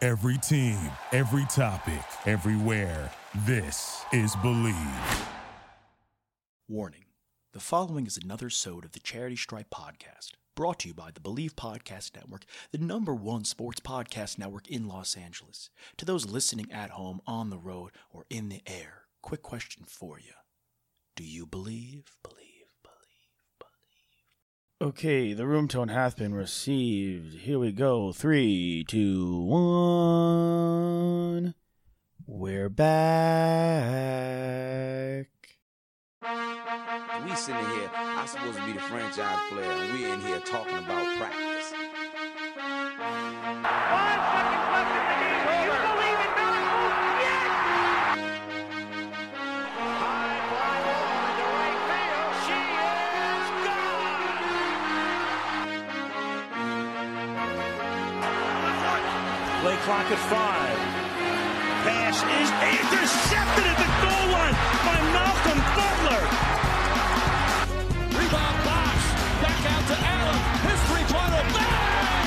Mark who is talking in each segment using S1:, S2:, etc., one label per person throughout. S1: Every team, every topic, everywhere. This is Believe.
S2: Warning The following is another sode of the Charity Stripe podcast, brought to you by the Believe Podcast Network, the number one sports podcast network in Los Angeles. To those listening at home, on the road, or in the air, quick question for you Do you believe? Believe, believe, believe.
S3: Okay, the room tone hath been received. Here we go. Three, two, one. We're back.
S4: We sitting here, I'm supposed to be the franchise player, and we in here talking about practice.
S5: Five seconds left in the game. Do you believe in miracles? Yes! High fly ball into right field. She is gone!
S6: Play clock at five. Pass is intercepted at the goal line by Malcolm Butler. Rebound box. Back out to Allen. His three-pointer. Bang!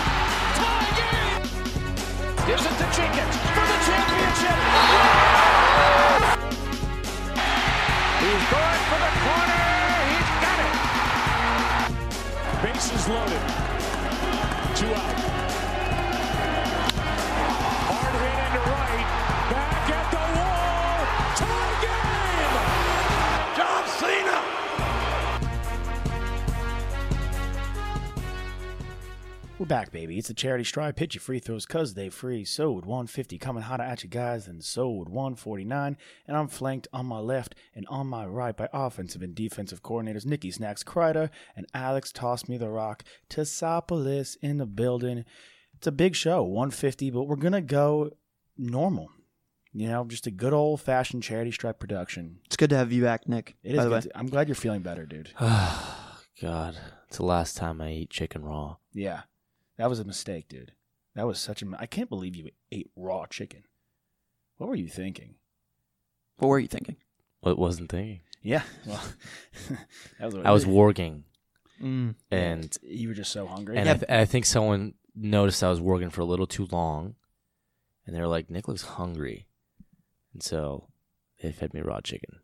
S6: Tie game! Gives it to Jenkins for the championship. He's going for the corner. He's got it. Bases loaded. Two out. Hard hit into right. Back at the wall. Tie game. John Cena.
S3: We're back, baby. It's the charity stripe. Hit your free throws because they free. So would 150 coming hotter at you guys, and so would 149. And I'm flanked on my left and on my right by offensive and defensive coordinators Nikki Snacks Kreider and Alex Toss Me the Rock. Tassopolis in the building. It's a big show, 150, but we're going to go normal. You know, just a good old fashioned charity stripe production.
S7: It's good to have you back, Nick.
S3: It is
S7: by the
S3: good
S7: way,
S3: to- I'm glad you're feeling better, dude.
S8: God, it's the last time I ate chicken raw.
S3: Yeah, that was a mistake, dude. That was such a. mi- I can't believe you ate raw chicken. What were you thinking?
S7: what were you thinking?
S8: What wasn't thinking?
S3: Yeah, well, that was. What
S8: I was warging,
S7: Mm.
S8: and
S3: You were just so hungry.
S8: and I, th- I think someone noticed I was warging for a little too long, and they were like, "Nick looks hungry," and so they fed me raw chicken.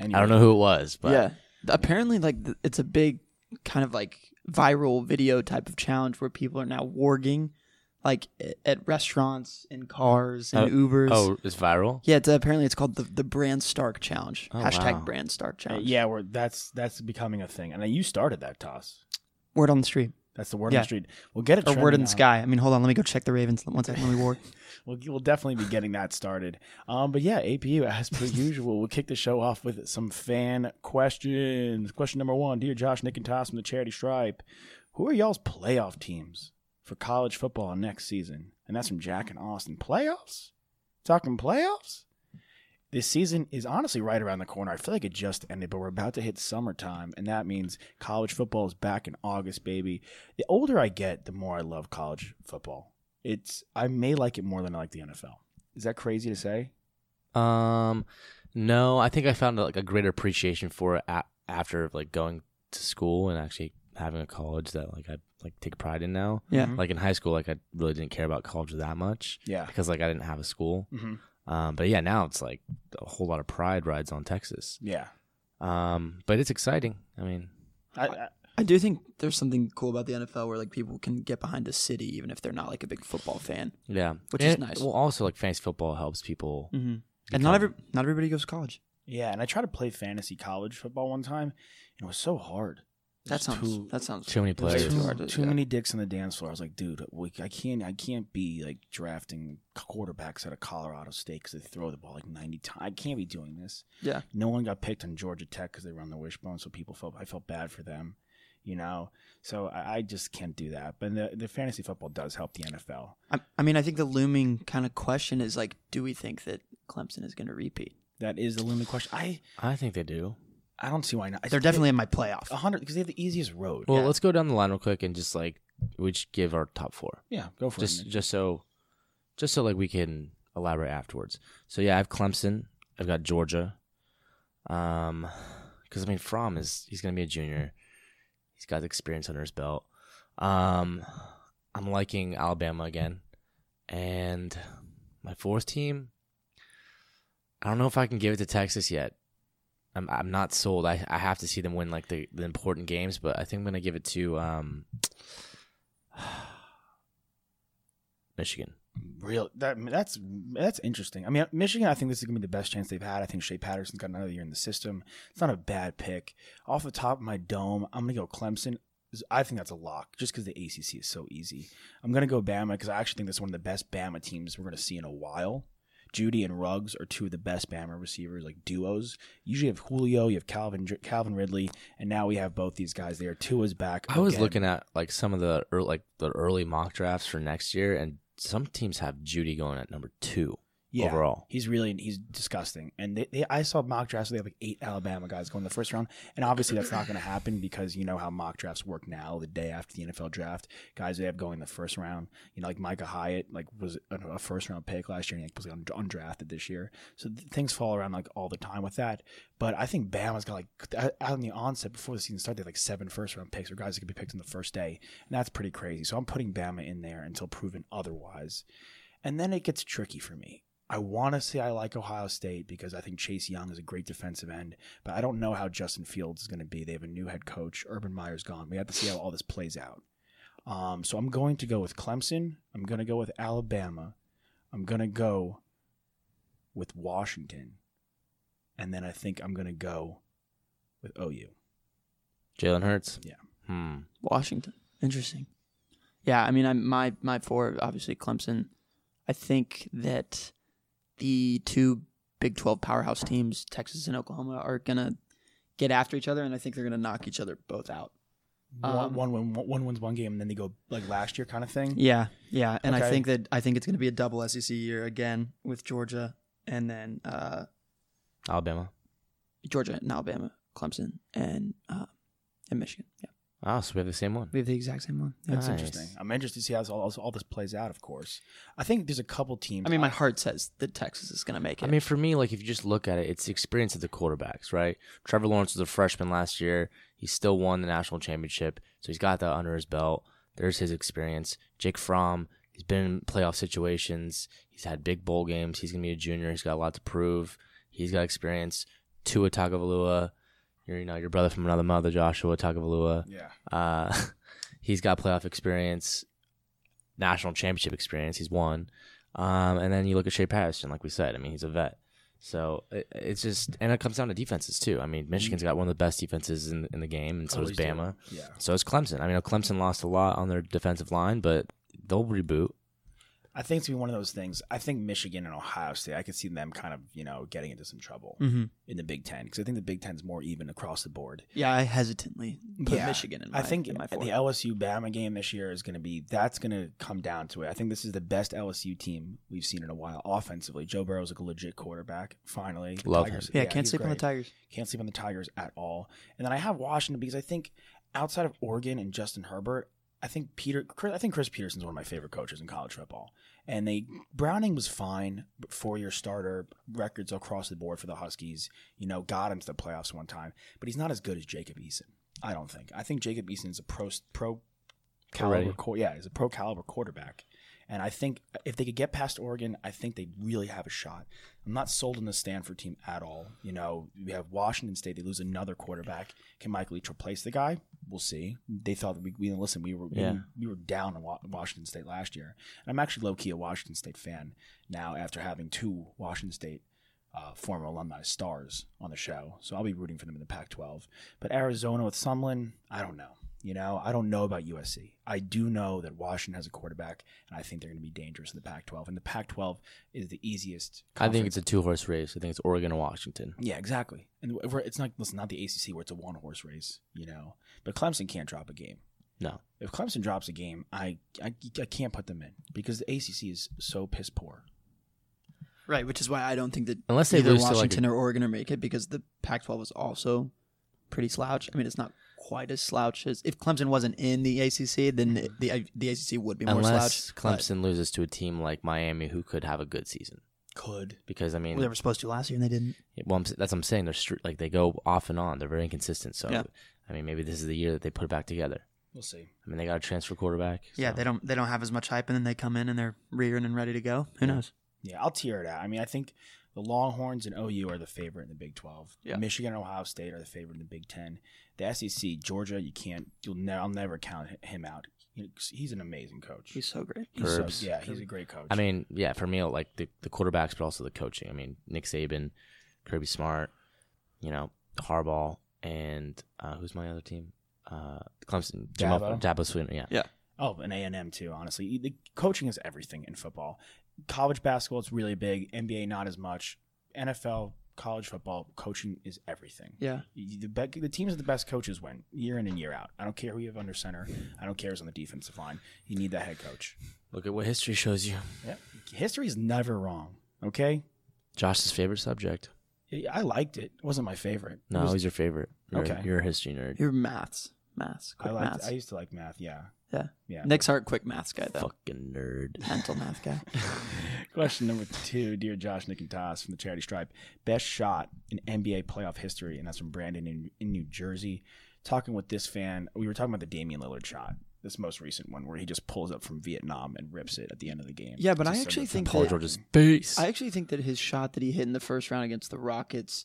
S8: I don't know who it was, but
S7: yeah, apparently, like th- it's a big kind of like viral video type of challenge where people are now warging, like a- at restaurants, in cars, in
S8: Oh,
S7: Ubers.
S8: Oh, it's viral.
S7: Yeah, it's, apparently it's called the the Brand Stark Challenge.
S8: Oh,
S7: Hashtag
S8: wow.
S7: Brand Stark
S3: Uh,
S7: Challenge.
S3: yeah, we're, that's that's becoming a thing, and then you started that toss.
S7: Word on the street
S3: That's the word on
S7: Yeah.
S3: the street. We'll get it.
S7: or word in
S3: trending
S7: the
S3: on-
S7: sky. I mean, hold on, let me go check the Ravens. One second, let me warg.
S3: We'll, we'll definitely be getting that started. Um, but yeah, APU as per usual, we'll kick the show off with some fan questions. Question number one, dear Josh, Nick, and Toss from the Charity Stripe, who are y'all's playoff teams for college football next season? And that's from Jack and Austin. Playoffs? Talking playoffs? This season is honestly right around the corner. I feel like it just ended, but we're about to hit summertime, and that means college football is back in August, baby. The older I get, the more I love college football. It's I may like it more than I like the NFL. Is that crazy to say?
S8: Um, no, I think I found like a greater appreciation for it a- after like going to school and actually having a college that like I like take pride in now.
S7: Yeah.
S3: Mhm.
S8: Like in high school, like I really didn't care about college that much
S3: Yeah.
S8: because like I didn't have a school.
S3: hmm
S8: Um, but yeah, now it's like a whole lot of pride rides on Texas.
S3: Yeah.
S8: Um, but it's exciting. I mean,
S3: I, I,
S7: I do think there's something cool about the NFL where like people can get behind a city even if they're not like a big football fan.
S8: yeah,
S7: Which
S8: And
S7: is
S8: it-
S7: nice.
S8: Well, also like fantasy football helps people.
S7: Mm-hmm. And not every not everybody goes to college.
S3: yeah, and I tried to play fantasy college football one time, and it was so hard.
S7: That
S3: There's
S7: sounds
S3: too-
S7: that sounds
S8: Too many
S7: that sounds
S8: players.
S7: too
S3: Too,
S7: hard to-
S3: too
S7: yeah.
S3: many dicks on the dance floor. I was like, dude, we, I can't, I can't be like drafting quarterbacks out of Colorado State because they throw the ball like ninety times. I can't be doing this.
S7: Yeah.
S3: No one got picked on Georgia Tech because they run the wishbone, so people felt I felt bad for them, you know. So I, I just can't do that. But the, the fantasy football does help the NFL.
S7: I, I mean, I think the looming kind of question is like, do we think that Clemson is going to repeat?
S3: That is the looming question. I
S8: I think they do.
S3: I don't see why not. I
S7: They're
S3: think
S7: definitely
S3: they-
S7: in my playoff.
S3: a hundred because they have the easiest road.
S8: Well,
S3: yeah.
S8: let's go down the line real quick and just like we just give our top four.
S3: yeah, go for
S8: just
S3: it. Nick.
S8: just so just so like we can elaborate afterwards. So yeah, I have Clemson. I've got Georgia. Um, because I mean, Fromm is he's gonna be a junior. He's got experience under his belt. Um, I'm liking Alabama again, And my fourth team, I don't know if I can give it to Texas yet. I'm I'm not sold. I, I have to see them win like the, the important games, but I think I'm gonna give it to um Michigan.
S3: Real that that's that's interesting. I mean, Michigan. I think this is gonna be the best chance they've had. I think Shea Patterson's got another year in the system. It's not a bad pick. Off the top of my dome, I'm gonna go Clemson. I think that's a lock, just because the ACC is so easy. I'm gonna go Bama because I actually think that's one of the best Bama teams we're gonna see in a while. Judy and Ruggs are two of the best Bama receivers, like duos. Usually, you have Julio, you have Calvin Calvin Ridley, and now we have both these guys there. Tua's back.
S8: I was
S3: again.
S8: looking at like some of the early, like the early mock drafts for next year, and some teams have Judy going at number two overall.
S3: He's really he's disgusting. And they, they I saw mock drafts where they have like eight Alabama guys going in the first round, and obviously that's not going to happen because you know how mock drafts work now. The day after the NFL draft, guys they have going in the first round, you know, like Micah Hyatt, like was a, a first round pick last year and he was un- undrafted this year. So th- things fall around like all the time with that. But I think Bama's got like th- out in the onset before the season started, they had, like seven first round picks or guys that could be picked on the first day, and that's pretty crazy. So I'm putting Bama in there until proven otherwise. And then it gets tricky for me. I want to say I like Ohio State because I think Chase Young is a great defensive end, but I don't know how Justin Fields is going to be. They have a new head coach. Urban Meyer's gone. We have to see how all this plays out. Um, so I'm going to go with Clemson. I'm going to go with Alabama. I'm going to go with Washington. And then I think I'm going to go with OU.
S8: Jalen Hurts.
S3: Yeah.
S8: Hmm.
S7: Washington. Interesting. Yeah, I mean, I my my four obviously Clemson. I think that the two Big Twelve powerhouse teams, Texas and Oklahoma, are gonna get after each other, and I think they're gonna knock each other both out.
S3: one,
S7: Um,
S3: one, win, one wins one game, and then they go like last year kind of thing.
S7: Yeah, yeah, and
S3: Okay.
S7: I think that I think it's gonna be a double SEC year again with Georgia and then uh,
S8: Alabama.
S7: Georgia and Alabama, Clemson and uh, and Michigan. Yeah,
S8: Oh, so we have the same one.
S7: we have the exact same one. Yeah.
S3: That's
S8: Nice.
S3: interesting. I'm interested to see how this- all, all this plays out, of course. I think there's a couple teams.
S7: I mean, my heart says that Texas is gonna make it.
S8: I mean, for me, like if you just look at it, it's the experience of the quarterbacks, right? Trevor Lawrence was a freshman last year. He still won the national championship, so he's got that under his belt. There's his experience. Jake Fromm, he's been in playoff situations. He's had big bowl games. He's gonna be a junior. He's got a lot to prove. He's got experience. Tua Tagovailoa, your you know your brother from another mother, Joshua Tagovailoa.
S3: yeah.
S8: Uh, he's got playoff experience, national championship experience. He's won. Um, and then you look at Shea Patterson, like we said. I mean, he's a vet. So it, it's just, and it comes down to defenses too. I mean, Michigan's got one of the best defenses in, in the game, and so does
S3: Always do.
S8: Bama.
S3: Yeah.
S8: So is Clemson. I mean, Clemson lost a lot on their defensive line, but they'll reboot.
S3: I think it's gonna be one of those things. I think Michigan and Ohio State, I could see them kind of, you know, getting into some trouble
S7: Mhm.
S3: in the Big Ten because I think the Big Ten's more even across the board.
S7: yeah, I hesitantly put
S3: Yeah.
S7: Michigan in. My,
S3: I think
S7: in my
S3: the
S7: four.
S3: LSU Bama game this year is going to be that's going to come down to it. I think this is the best LSU team we've seen in a while offensively. Joe Burrow's like a legit quarterback. Finally, The
S8: Love
S3: Tigers-
S8: him.
S7: yeah, can't
S3: he's
S7: sleep on the
S3: great.
S7: Tigers.
S3: Can't sleep on the Tigers at all. And then I have Washington because I think outside of Oregon and Justin Herbert, I think Peter. Chris, I think Chris Peterson's one of my favorite coaches in college football. And they Browning was fine, four-year starter, records across the board for the Huskies. You know, got him to the playoffs one time, but he's not as good as Jacob Eason. I don't think. I think Jacob Eason is a pro pro caliber.
S8: Already.
S3: quar- yeah, he's a pro caliber quarterback. And I think if they could get past Oregon, I think they really have a shot. I'm not sold on the Stanford team at all. You know, we have Washington State. They lose another quarterback. Can Mike Leach replace the guy? We'll see. They thought that we, we listen. We were we,
S8: Yeah.
S3: we were down on Wa- Washington State last year. And I'm actually low key a Washington State fan now after having two Washington State uh, former alumni stars on the show. So I'll be rooting for them in the Pac-12. But Arizona with Sumlin, I don't know. You know, I don't know about USC. I do know that Washington has a quarterback, and I think they're going to be dangerous in the Pac-12. And the Pac-12 is the easiest.
S8: I think
S3: conference
S8: it's a two horse race. I think it's Oregon and Washington.
S3: yeah, exactly. And w- we're, it's not listen, not the ACC where it's a one horse race, you know. But Clemson can't drop a game.
S8: No.
S3: If Clemson drops a game, I I, I can't put them in because the ACC is so piss poor.
S7: Right, which is why I don't think that
S8: Unless they
S7: either
S8: lose to, like,
S7: Washington or Oregon are make it because the Pac-12 is also pretty slouch. I mean, it's not quite as slouch as if Clemson wasn't in the ACC, then the the, ACC would be more
S8: Unless
S7: slouch. but-
S8: Clemson loses to a team like Miami who could have a good season.
S3: Could
S8: Because, I mean,
S7: well, they were supposed to last year and they didn't.
S8: Yeah, Well, I'm, s- that's what I'm saying. They're str- like they go off and on. They're very inconsistent. So,
S7: Yeah.
S8: I mean, maybe this is the year that they put it back together.
S3: We'll see.
S8: I mean, they got a transfer quarterback.
S7: Yeah,
S8: so-
S7: they don't they don't have as much hype, and then they come in and they're rearing and ready to go. Who knows?
S3: Yeah, I'll tear it out. I mean, I think the Longhorns and OU are the favorite in the Big Twelve.
S7: Yeah.
S3: Michigan and Ohio State are the favorite in the Big Ten. The SEC, Georgia, you can't. You'll ne- I'll never count h- him out. He- He's an amazing coach.
S7: He's so great.
S3: He's so-
S8: Curbs.
S3: yeah, he's a great coach.
S8: I mean, yeah, for me, like the, the quarterbacks, but also the coaching. I mean, Nick Saban, Kirby Smart, you know, Harbaugh, and uh, who's my other team? Uh, Clemson,
S3: Dabo.
S8: Jabo, Dabo Sweeney. Yeah.
S3: Oh, and A and M too. Honestly, E, the coaching is everything in football. College basketball it's really big. NBA not as much. NFL, college football, coaching is everything.
S7: Yeah,
S3: You- The, be- the teams with the best coaches win year in and year out. I don't care who you have under center. I don't care who's on the defensive line. You need that head coach.
S8: Look at what history shows you.
S3: Yeah. History is never wrong. Okay.
S8: Josh's favorite subject.
S3: Yeah, I liked it. It wasn't my favorite. It
S8: No,
S3: was-
S8: he's your favorite. You're,
S3: Okay.
S8: You're a history nerd.
S7: your maths, maths,
S3: I
S7: quick
S3: liked.
S7: maths.
S3: I used to like math. Yeah.
S7: yeah,
S3: Yeah.
S7: Nick's heart, quick maths guy though.
S8: Fucking nerd.
S7: Mental math guy.
S3: Question number two, dear Josh, Nick, and Toss from the Charity Stripe. Best shot in NBA playoff history, and that's from Brandon in, in New Jersey. Talking with this fan, we were talking about the Damian Lillard shot, this most recent one where he just pulls up from Vietnam and rips it at the end of the game.
S7: Yeah, but
S3: It's just
S7: I
S3: so
S7: actually
S3: good for
S7: think
S3: Paul
S7: that-
S3: George.
S8: George's face.
S7: I actually think that his shot that he hit in the first round against the Rockets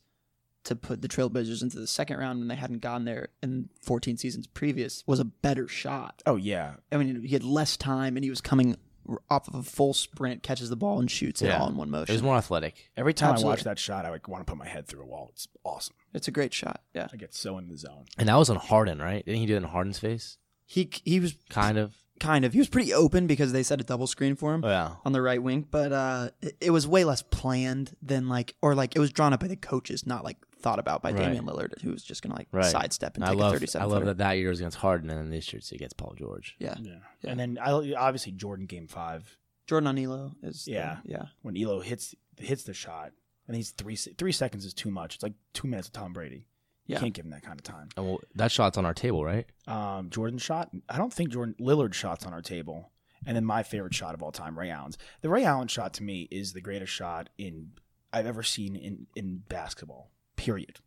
S7: to put the Trailblazers into the second round when they hadn't gone there in 14 seasons previous was a better shot.
S3: Oh yeah,
S7: I mean, he had less time and he was coming r- off of a full sprint, catches the ball and shoots it
S8: Yeah.
S7: all in one
S8: It was
S7: motion.
S8: more athletic.
S3: every time I watch
S7: Absolutely.
S3: that shot, I like, want to put my head through a wall. It's awesome.
S7: it's a great shot. Yeah,
S3: I get so in the zone.
S8: And that was on Harden, right? Didn't he do it in Harden's face?
S7: he he was
S8: Kind of.
S7: kind of he was pretty open because they set a double screen for him.
S8: yeah.
S7: on the right wing, but uh, it, it was way less planned than like, or like it was drawn up by the coaches, not like thought about by
S8: Right.
S7: Damian Lillard, who was just gonna like
S8: Right.
S7: sidestep and
S8: I
S7: take
S8: love,
S7: a thirty-seven.
S8: I love
S7: footer.
S8: that that year was against Harden, and then this year it's against Paul George.
S7: Yeah.
S3: Yeah.
S7: Yeah.
S3: And then I obviously Jordan game five
S7: Jordan Anilo is. the-
S3: Yeah.
S7: yeah.
S3: when Elo hits hits the shot, and he's three se- three seconds is too much. It's like two minutes of Tom Brady. You
S7: Yeah.
S3: can't give him that kind of time.
S8: And well, that shot's on our table, right?
S3: um, Jordan shot. I don't think Jordan Lillard shots on our table. And then my favorite shot of all time, Ray Allen's. The Ray Allen shot to me is the greatest shot in I've ever seen in in basketball. Period.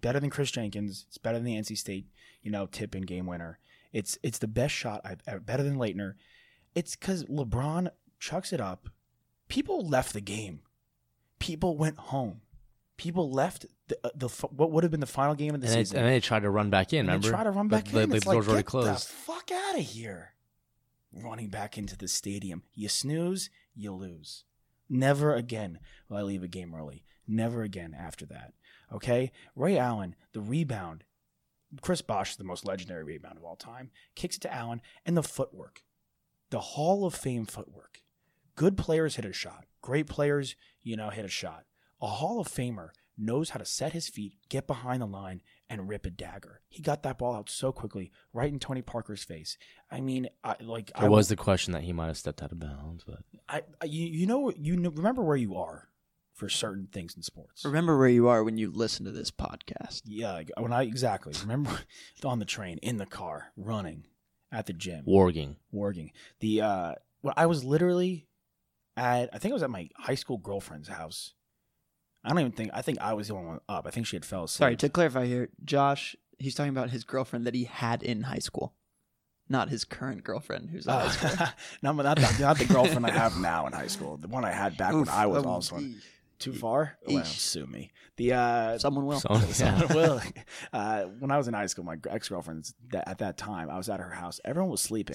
S3: Better than Chris Jenkins. It's better than the NC State, you know, tip and game winner. It's it's the best shot I've ever. Better than Leitner. It's because LeBron chucks it up. People left the game. People went home. People left the, uh, the fi- what would have been the final game of the
S8: And, they, and
S3: season
S8: then they tried to run back in.
S3: and
S8: remember?
S3: They try to run
S8: The-
S3: back
S8: the-
S3: in.
S8: The,
S3: it's
S8: doors
S3: like,
S8: already
S3: get
S8: closed.
S3: the fuck out of here. Running back into the stadium. You snooze, you lose. Never again will I leave a game early. Never again after that. Okay? Ray Allen, the rebound. Chris Bosch is the most legendary rebound of all time. Kicks it to Allen and the footwork. The Hall of Fame footwork. Good players hit a shot. Great players, you know, hit a shot. A Hall of Famer knows how to set his feet, get behind the line, and rip a dagger. He got that ball out so quickly, right in Tony Parker's face. I mean, I like I
S8: There was the question that he might have stepped out of bounds, but
S3: I, I you, you know you know, remember where you are for certain things in sports.
S7: Remember where you are when you listen to this podcast.
S3: Yeah, like, when I exactly remember on the train, in the car, running, at the gym,
S8: warging.
S3: working. The uh, well, I was literally at I think I was at my high school girlfriend's house. I don't even think I think I was the only one up. I think she had fell asleep.
S7: Sorry to clarify here, Josh. He's talking about his girlfriend that he had in high school, not his current girlfriend who's. in high school.
S3: Uh, not, not, the, not the girlfriend I have now in high school. The one I had back when
S7: Oof,
S3: I was
S7: um,
S3: also in-
S7: eesh.
S3: too far. Well,
S7: Eesh.
S3: sue me. The uh,
S7: Someone will.
S8: So, yeah.
S3: someone will. Uh, when I was in high school, my ex girlfriend at that time, I was at her house. Everyone was sleeping.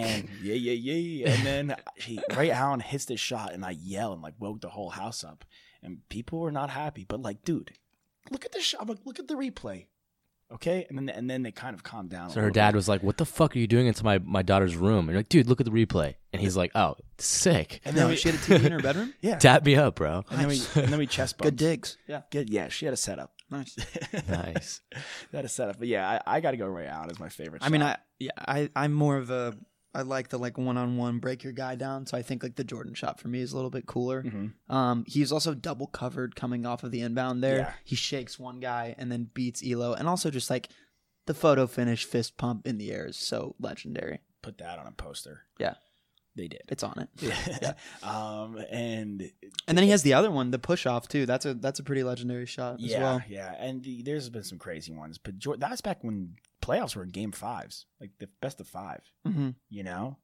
S3: And yeah, yeah, yeah. And then she, Ray Allen hits this shot, and I yell and like woke the whole house up. And people were not happy, but like, dude, look at the shot. I'm like, look at the replay. Okay, and then and then they kind of calmed down. a
S8: so her
S3: little
S8: dad
S3: bit.
S8: was like, "What the fuck are you doing into my, my daughter's room?" And you're like, "Dude, look at the replay." And he's like, "Oh, sick.
S3: And then
S7: No,
S3: we,
S7: she had a TV in her bedroom.
S3: yeah.
S8: Tap me up, bro."
S3: And then we and then we chest bumped.
S7: Good digs. Yeah,
S3: Good, yeah, she had a setup.
S7: nice.
S8: Nice.
S3: That is set up. But yeah, I, I got to go Ray Allen as my favorite.
S7: I mean,
S3: shot.
S7: I yeah, I I'm more of a I like the like one on one break your guy down. So I think like the Jordan shot for me is a little bit cooler.
S3: Mhm.
S7: Um, he's also double covered coming off of the inbound there.
S3: Yeah.
S7: He shakes one guy and then beats Elo, and also just like the photo finish fist pump in the air is so legendary.
S3: put that on a poster.
S7: Yeah,
S3: They did.
S7: it's on it.
S3: Yeah. um, and
S7: And then he has the other one, the push off too. That's a that's a pretty legendary shot as
S3: yeah,
S7: well.
S3: yeah, and the, there's been some crazy ones, but Jor- that's back when playoffs were game fives, like the best of five.
S7: Mhm.
S3: You know,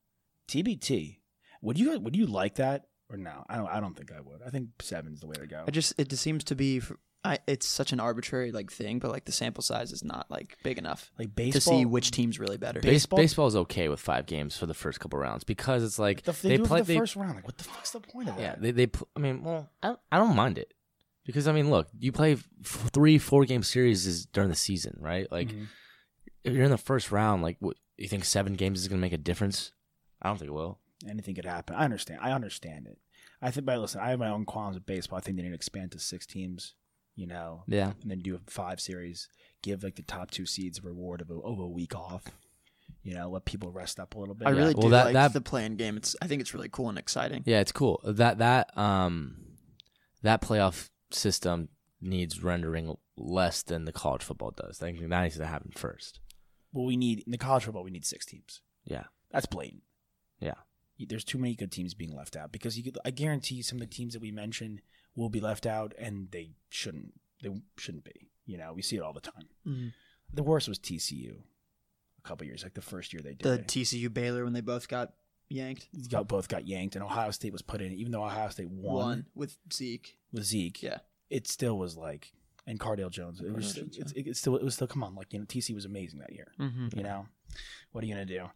S3: TBT. Would you would you like that or no? I don't. I don't think I would. I think seven's the way to go.
S7: I just it just seems to be. f- I, it's such an arbitrary like thing, but like the sample size is not like big enough
S3: like
S7: to
S3: baseball.
S7: see which team's really better.
S8: Base-
S3: Baseball-
S8: baseball is okay with five games for the first couple rounds because it's like
S3: the, they,
S8: they
S3: do it
S8: play
S3: for the
S8: they,
S3: first round. Like, what the fuck's the point of that?
S8: Yeah, they they. pl- I mean, well, I, I don't mind it because I mean, look, you play f- three, four game series is during the season, right? Like,
S3: Mm-hmm.
S7: Mm-hmm.
S8: if you're in the first round, like, what, you think seven games is gonna make a difference? I don't think it will.
S3: anything could happen. I understand. I understand it. I think. But listen, I have my own qualms with baseball. I think they need to expand to six teams. You know,
S8: Yeah,
S3: and then do five series. Give like the top two seeds a reward of a, of a week off. You know, let people rest up a little bit.
S7: I really
S8: well,
S7: do
S8: that-
S7: like
S8: that-
S7: the playing game. It's I think it's really cool and exciting.
S8: yeah, it's cool. That that um that playoff system needs rendering less than the college football does. I think that needs to happen first.
S3: Well, we need in the college football. We need six teams.
S8: Yeah,
S3: That's blatant.
S8: yeah.
S3: There's too many good teams being left out because you could, I guarantee some of the teams that we mentioned will be left out, and they shouldn't. They shouldn't be. You know, we see it all the time.
S7: Mhm.
S3: The worst was TCU a couple years, like the first year they did.
S7: The
S3: it.
S7: TCU Baylor when they both got yanked
S3: got both got yanked, and Ohio State was put in. Even though Ohio State won
S7: one with Zeke.
S3: with Zeke,
S7: Yeah,
S3: it still was like and Cardale Jones. It was
S7: Cardale Jones,
S3: it's, it, still it was still come on like you know TC was amazing that year.
S7: Mhm.
S3: You know, what are you gonna do?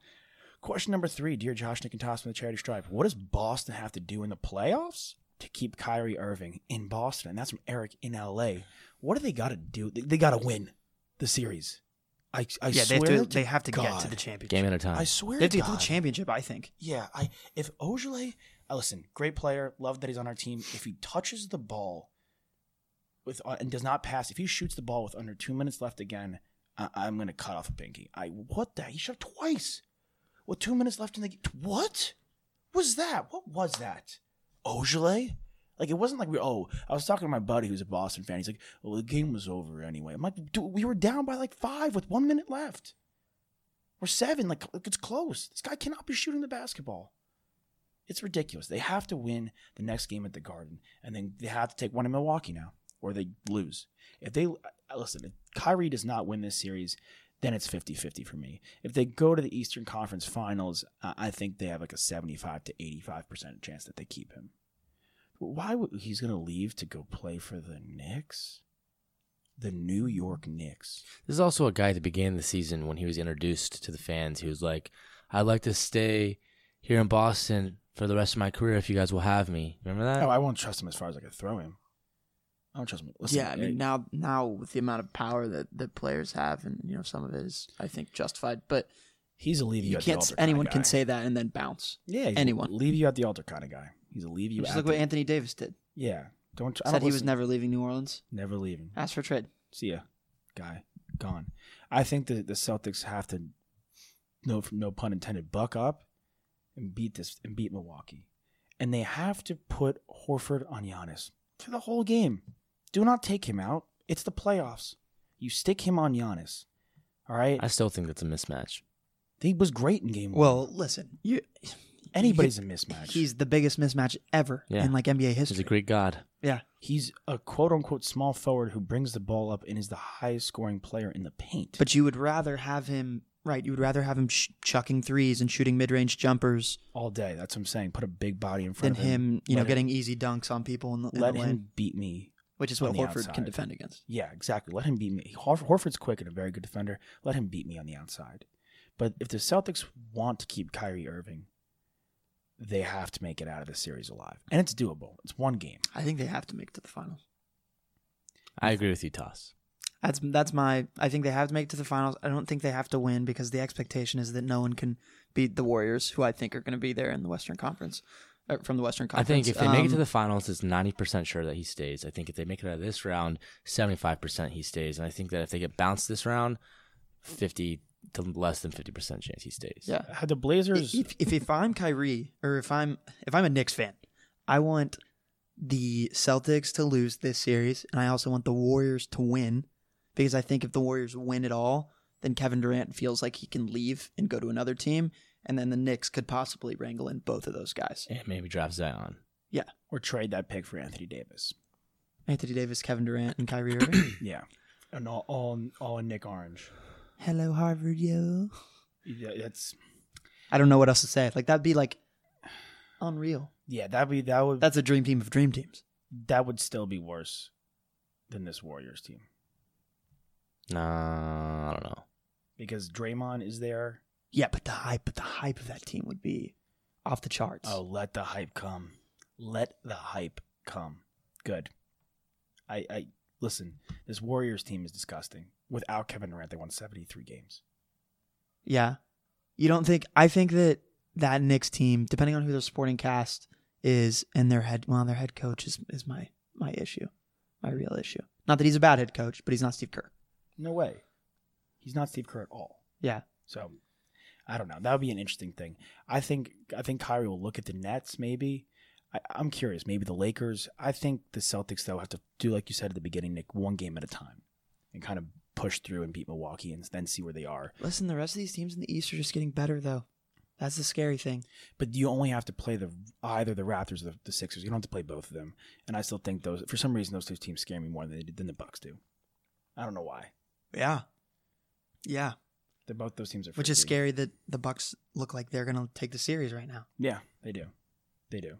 S3: Question number three, dear Josh Nick and Toss from the Charity Stripe, what does Boston have to do in the playoffs to keep Kyrie Irving in Boston? And that's from Eric in LA. What do they got to do? They, they got to win the series. I, I
S7: yeah. They
S3: swear
S7: have to, they have to get
S3: God.
S7: to the championship.
S8: game at a time.
S3: I swear
S7: They have
S3: to
S7: to get to the
S3: God.
S7: championship. I think.
S3: Yeah, I if Ojale, uh, listen, great player, love that he's on our team. If he touches the ball with uh, and does not pass, if he shoots the ball with under two minutes left again, I, I'm gonna cut off a pinky. I what the he shot twice with two minutes left in the game. What was that? What was that? Ojale. Like it wasn't like we. Oh, I was talking to my buddy who's a Boston fan. He's like, "Well, the game was over anyway." I'm like, "Dude, we were down by like five with one minute left." or seven. Like it's close. This guy cannot be shooting the basketball. It's ridiculous. They have to win the next game at the Garden, and then they have to take one in Milwaukee now, or they lose. If they I- listen, if Kyrie does not win this series, then it's 50-50 for me. If they go to the Eastern Conference Finals, I I think they have like a seventy-five to eighty-five percent chance that they keep him. Why would he's going to leave to go play for the Knicks? The New York Knicks.
S8: This is also a guy at the beginning of the season when he was introduced to the fans. He was like, I'd like to stay here in Boston for the rest of my career if you guys will have me. Remember that?
S3: Oh,
S7: Uh,
S3: I won't trust him as far as I can throw him. I don't trust him. Listen,
S7: yeah, I mean
S3: eh,
S7: now now with the amount of power that that players have, and you know some of it is I think justified, but
S3: he's a leave you,
S7: you
S3: at the
S7: can't.
S3: altar kinda
S7: Anyone can
S3: guy.
S7: say that and then bounce.
S3: yeah, he's a
S7: anyone.
S3: leave you at the altar kind of guy. He's a leave you.
S7: Just
S3: at
S7: look what
S3: the-
S7: Anthony Davis did.
S3: yeah, don't. tr- I
S7: Said
S3: don't
S7: he was
S3: listen.
S7: never leaving New Orleans.
S3: never leaving.
S7: Asked for a trade.
S3: See ya, guy, gone. I think that the Celtics have to, no, no pun intended, buck up and beat this and beat Milwaukee, and they have to put Horford on Giannis for the whole game. Do not take him out. It's the playoffs. You stick him on Giannis. All right.
S8: I still think that's a mismatch.
S3: He was great in game one.
S7: Well, listen, you
S3: anybody's Mm. a mismatch.
S7: he's the biggest mismatch ever
S8: Yeah.
S7: in like NBA
S8: He's a
S7: history.
S8: Greek god.
S7: Yeah,
S3: he's a quote unquote small forward who brings the ball up and is the highest scoring player in the paint.
S7: but you would rather have him right. You would rather have him sh- chucking threes and shooting mid-range jumpers
S3: all day, that's what I'm saying. Put a big body in
S7: than
S3: front of him.
S7: him, you know,
S3: Let
S7: getting easy dunks on people in the, in
S3: let
S7: the
S3: him
S7: lane,
S3: beat me.
S7: which is what
S3: on the
S7: Horford
S3: outside.
S7: can defend against.
S3: Yeah, exactly. Let him beat me. Hor- Horford's quick and a very good defender. Let him beat me on the outside. But if the Celtics want to keep Kyrie Irving, they have to make it out of the series alive, and it's doable. It's one game.
S7: I think they have to make it to the finals.
S8: I agree with you, Toss.
S7: That's that's my. I think they have to make it to the finals. I don't think they have to win because the expectation is that no one can beat the Warriors, who I think are going to be there in the Western Conference, uh, from the Western
S8: I
S7: Conference.
S8: think if they make it to
S7: Um,
S8: the finals, it's 90% sure that he stays. I think if they make it out of this round, 75% he stays. And I think that if they get bounced this round, 50 to less than 50% chance he stays.
S7: yeah,
S3: Had the Blazers?
S7: if, if if I'm Kyrie or if I'm if I'm a Knicks fan, I want the Celtics to lose this series, and I also want the Warriors to win because I think if the Warriors win it all, then Kevin Durant feels like he can leave and go to another team, and then the Knicks could possibly wrangle in both of those guys.
S8: And maybe draft Zion.
S7: Yeah,
S3: or trade that pick for Anthony Davis.
S7: Anthony Davis, Kevin Durant, and Kyrie Irving.
S3: Yeah, and all all, all in Nick Orange.
S7: Hello, Harvard, yo.
S3: Yeah, that's
S7: I don't know what else to say. Like that'd be like unreal.
S3: yeah. That would be that would
S7: That's a dream team of dream teams.
S3: that would still be worse than this Warriors team
S8: Nah, I don't know.
S3: because Draymond is there.
S7: Yeah, but the hype, but the hype of that team would be off the charts.
S3: Oh, let the hype come. Let the hype come. Good. I I listen. This Warriors team is disgusting. Without Kevin Durant, they won seventy three games.
S7: Yeah. You don't think I think that that Knicks team, depending on who their supporting cast is and their head well, their head coach is, is my my issue. My real issue. Not that he's a bad head coach, but he's not Steve Kerr.
S3: No way. He's not Steve Kerr at all.
S7: Yeah.
S3: So I don't know. That would be an interesting thing. I think I think Kyrie will look at the Nets maybe. I, I'm curious. Maybe the Lakers. I think the Celtics though have to do like you said at the beginning, Nick, one game at a time, and kind of push through and beat Milwaukee and then see where they are.
S7: Listen, the rest of these teams in the East are just getting better though. That's the scary thing.
S3: But you only have to play the either the Raptors or the, the Sixers. You don't have to play both of them. And I still think those for some reason those two teams scare me more than they, did- than the Bucks do. I don't know why.
S7: Yeah. Yeah.
S3: They're both those teams are
S7: Which is
S3: freaky.
S7: scary that the Bucks look like they're gonna take the series right now.
S3: Yeah, they do. They do.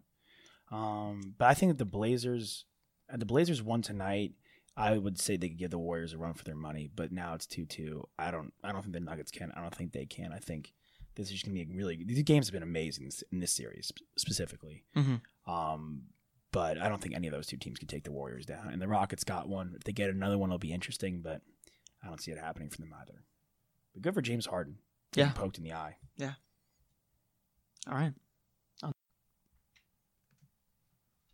S3: Um, but I think that the Blazers, uh, the Blazers won tonight. I would say they could give the Warriors a run for their money, but now it's two two. I don't. I don't think the Nuggets can. I don't think they can. I think this is just gonna be a really. These games have been amazing s- in this series sp- specifically.
S7: Mhm.
S3: Um, but I don't think any of those two teams can take the Warriors down. And the Rockets got one. If they get another one, it'll be interesting. But I don't see it happening for them either. But good for James Harden. Getting
S7: Yeah.
S3: poked in the eye.
S7: All right.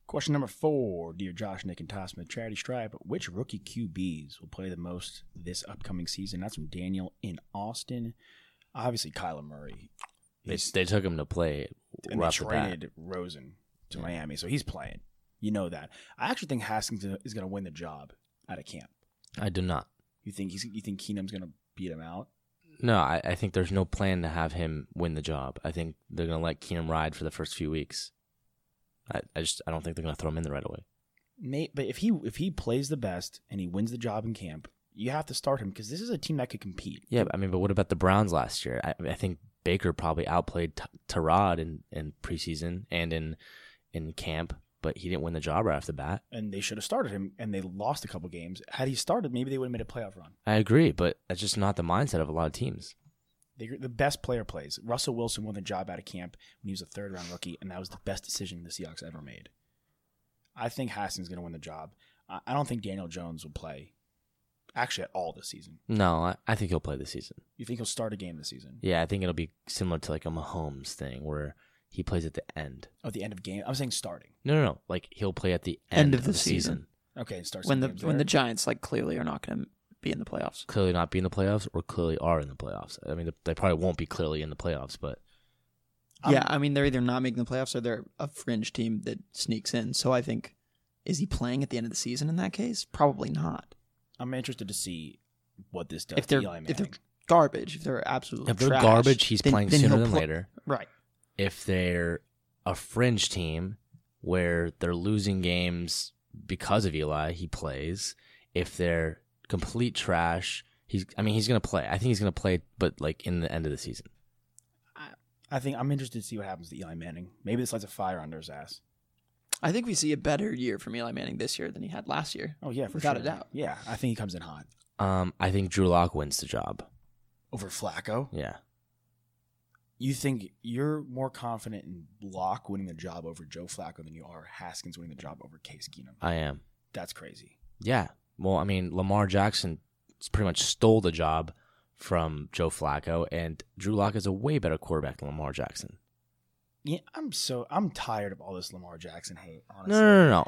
S3: Question number four, dear Josh, Nick, and Toss from the Charity Stripe. Which rookie QBs will play the most this upcoming season? That's from Daniel in Austin. Obviously, Kyler Murray.
S8: They,
S3: He's-
S8: they took him to play it
S3: and they
S8: right off the bat.
S3: traded Rosen to Miami, so he's playing. You know that. I actually think Haskins is going to win the job out of camp.
S8: I do not.
S3: You think he's? You think Keenum's going to beat him out?
S8: No, I, I think there's no plan to have him win the job. I think they're gonna let Keenum ride for the first few weeks. I, I just I don't think they're gonna throw him in there right away.
S3: May, but if he if he plays the best and he wins the job in camp, you have to start him because this is a team that could compete.
S8: Yeah, but- I mean, but what about the Browns last year? I, I think Baker probably outplayed T- Tyrod in, in preseason and in in camp, but he didn't win the job right off the bat.
S3: And they should have started him, and they lost a couple games. Had he started, maybe they would have made a playoff run.
S8: I agree, but that's just not the mindset of a lot of teams.
S3: They, the best player plays. Russell Wilson won the job out of camp when he was a third round rookie, and that was the best decision the Seahawks ever made. I think Haskins going to win the job. I, I don't think Daniel Jones will play, actually at all this season.
S8: No, I, I think he'll play this season.
S3: You think he'll start a game this season?
S8: Yeah, I think it'll be similar to like a Mahomes thing where he plays at the end.
S3: At Oh, the end of game, I'm saying starting.
S8: No, no, no. Like he'll play at the end,
S7: End of the season.
S3: Okay, start
S7: When
S3: some
S7: the
S3: games
S7: when the
S3: there.
S7: Giants like clearly are not gonna be in the playoffs.
S8: Clearly not be in the playoffs, or clearly are in the playoffs. I mean, they probably won't be clearly in the playoffs, but
S7: yeah, I mean they're either not making the playoffs or they're a fringe team that sneaks in. So I think is he playing at the end of the season in that case? Probably not.
S3: I'm interested to see what this does.
S7: if they're
S3: to Eli
S7: if they're
S3: Manning.
S7: garbage, if they're absolutely
S8: if they're
S7: trash,
S8: garbage, he's
S7: then-
S8: playing
S7: then
S8: sooner
S7: he'll
S8: than
S7: pl-
S8: later.
S7: Right.
S8: if they're a fringe team where they're losing games because of Eli, he plays. If they're complete trash, he's I mean he's going to play. I think he's going to play but like in the end of the season.
S3: I think I'm interested to see what happens to Eli Manning. Maybe this lights a fire under his ass.
S7: I think we see a better year from Eli Manning this year than he had last year.
S3: Oh yeah, for
S7: Without
S3: sure.
S7: a doubt.
S3: Yeah, I think he comes in hot
S8: Um I think Drew Lock wins the job.
S3: over Flacco.
S8: Yeah.
S3: you think you're more confident in Locke winning the job over Joe Flacco than you are Haskins winning the job over Case Keenum.
S8: I am.
S3: That's crazy.
S8: Yeah. Well, I mean Lamar Jackson s- pretty much stole the job from Joe Flacco and Drew Lock is a way better quarterback than Lamar Jackson.
S3: Yeah, I'm so I'm tired of all this Lamar Jackson hate. Honestly,
S8: No, no, no,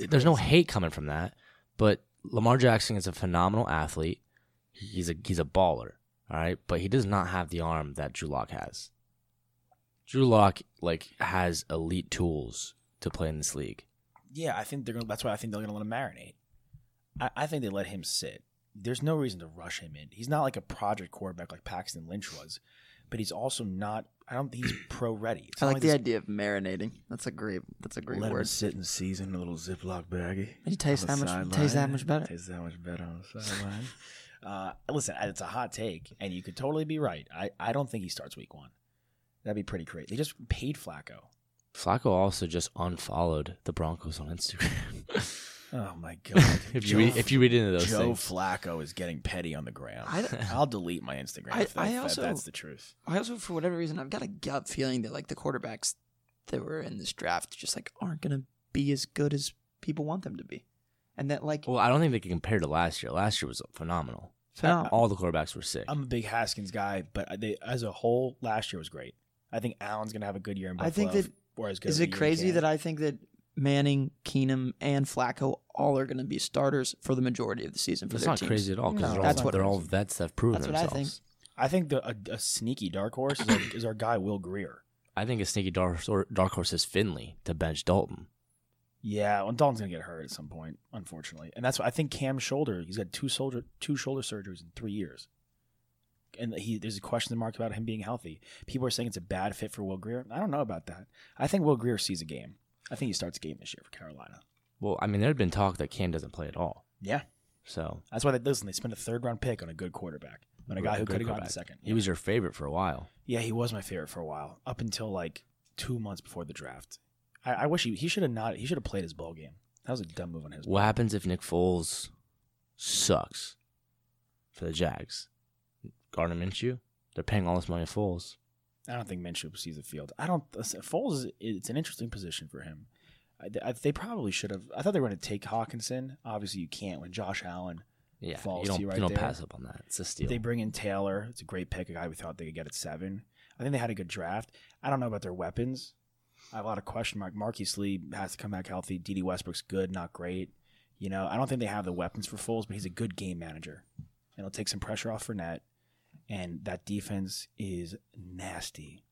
S8: no. There's no hate coming from that, but Lamar Jackson is a phenomenal athlete. He's a he's a baller, all right, but he does not have the arm that Drew Lock has. Drew Lock like has elite tools to play in this league.
S3: Yeah, I think they're gonna. That's why I think they're gonna let him marinate. I, I think they let him sit. There's no reason to rush him in. He's not like a project quarterback like Paxton Lynch was, but he's also not. I don't think he's pro ready.
S7: I like the idea of marinating. That's a great. That's a great
S9: Let him
S7: word.
S9: sit and season a little Ziploc baggie.
S7: It tastes
S9: on
S7: that
S9: the
S7: much-
S9: sideline.
S7: tastes that much better.
S9: Tastes that much better on the sideline.
S3: Uh, listen, it's a hot take, and you could totally be right. I, I don't think he starts week one. That'd be pretty crazy. They just paid Flacco.
S8: Flacco also just unfollowed the Broncos on Instagram.
S3: Oh my god!
S8: if you read, if you read into those
S3: Joe
S8: things,
S3: Flacco is getting petty on the ground.
S7: I
S3: I, will delete my Instagram.
S7: I-
S3: if, that-
S7: I
S3: if
S7: also-
S3: that's the truth.
S7: I also, for whatever reason, I've got a gut feeling that like the quarterbacks that were in this draft just like aren't gonna be as good as people want them to be, and that like
S8: well, I don't think they can compare to last year. Last year was phenomenal.
S7: phenomenal.
S8: All the quarterbacks were sick.
S3: I'm a big Haskins guy, but they, as a whole, last year was great. I think Allen's gonna have a good year in Buffalo.
S7: I think that-
S3: or as good of
S7: Is
S3: a
S7: it
S3: year
S7: crazy
S3: he
S7: that
S3: can.
S7: I think that Manning, Keenum, and Flacco all are going to be starters for the majority of the season for
S8: That's
S7: their
S8: not
S7: teams?
S8: crazy at all
S3: No,
S8: because they're,
S7: that's
S8: all,
S7: what-
S8: they're all vets that have proven
S7: That's what I
S8: themselves.
S7: think.
S3: I think the, a, a sneaky dark horse is, our- is our guy Will Greer.
S8: I think a sneaky dark, sor- dark horse is Finley to bench Dalton.
S3: Yeah, well, Dalton's gonna get hurt at some point, unfortunately, and that's why I think Cam shoulder. He's had two shoulder two shoulder surgeries in three years, and he there's a question mark about him being healthy. People are saying it's a bad fit for Will Greer. I don't know about that. I think Will Greer sees a game. I think he starts a game this year for Carolina.
S8: Well, I mean, there had been talk that Cam doesn't play at all.
S3: Yeah,
S8: So
S3: that's why they listen. They spent a third round pick on a good quarterback, on a guy who
S8: good
S3: could have gotten
S8: quarterback.
S3: second.
S8: He was your favorite for a while.
S3: Yeah, he was my favorite for a while, up until like two months before the draft. I, I wish he he should have not. He should have played his ball game. That was a dumb move on his.
S8: What happens if Nick Foles sucks for the Jags? Gardner Minshew? They're paying all this money to Foles.
S3: I don't think Minshew sees the field. I don't. listen, Foles, is, it's an interesting position for him. I, I- they probably should have. I thought they were going to take Hawkinson. Obviously, you can't when Josh Allen.
S8: Yeah,
S3: falls
S8: you don't,
S3: to you right
S8: you don't
S3: there.
S8: pass up on that. It's a steal.
S3: They bring in Taylor. It's a great pick, a guy we thought they could get at seven. I think they had a good draft. I don't know about their weapons. I have a lot of question mark. Marquise Lee has to come back healthy. D.D. Westbrook's good, not great. You know, I don't think they have the weapons for Foles, but he's a good game manager. And it'll take some pressure off Fournette. And that defense is nasty.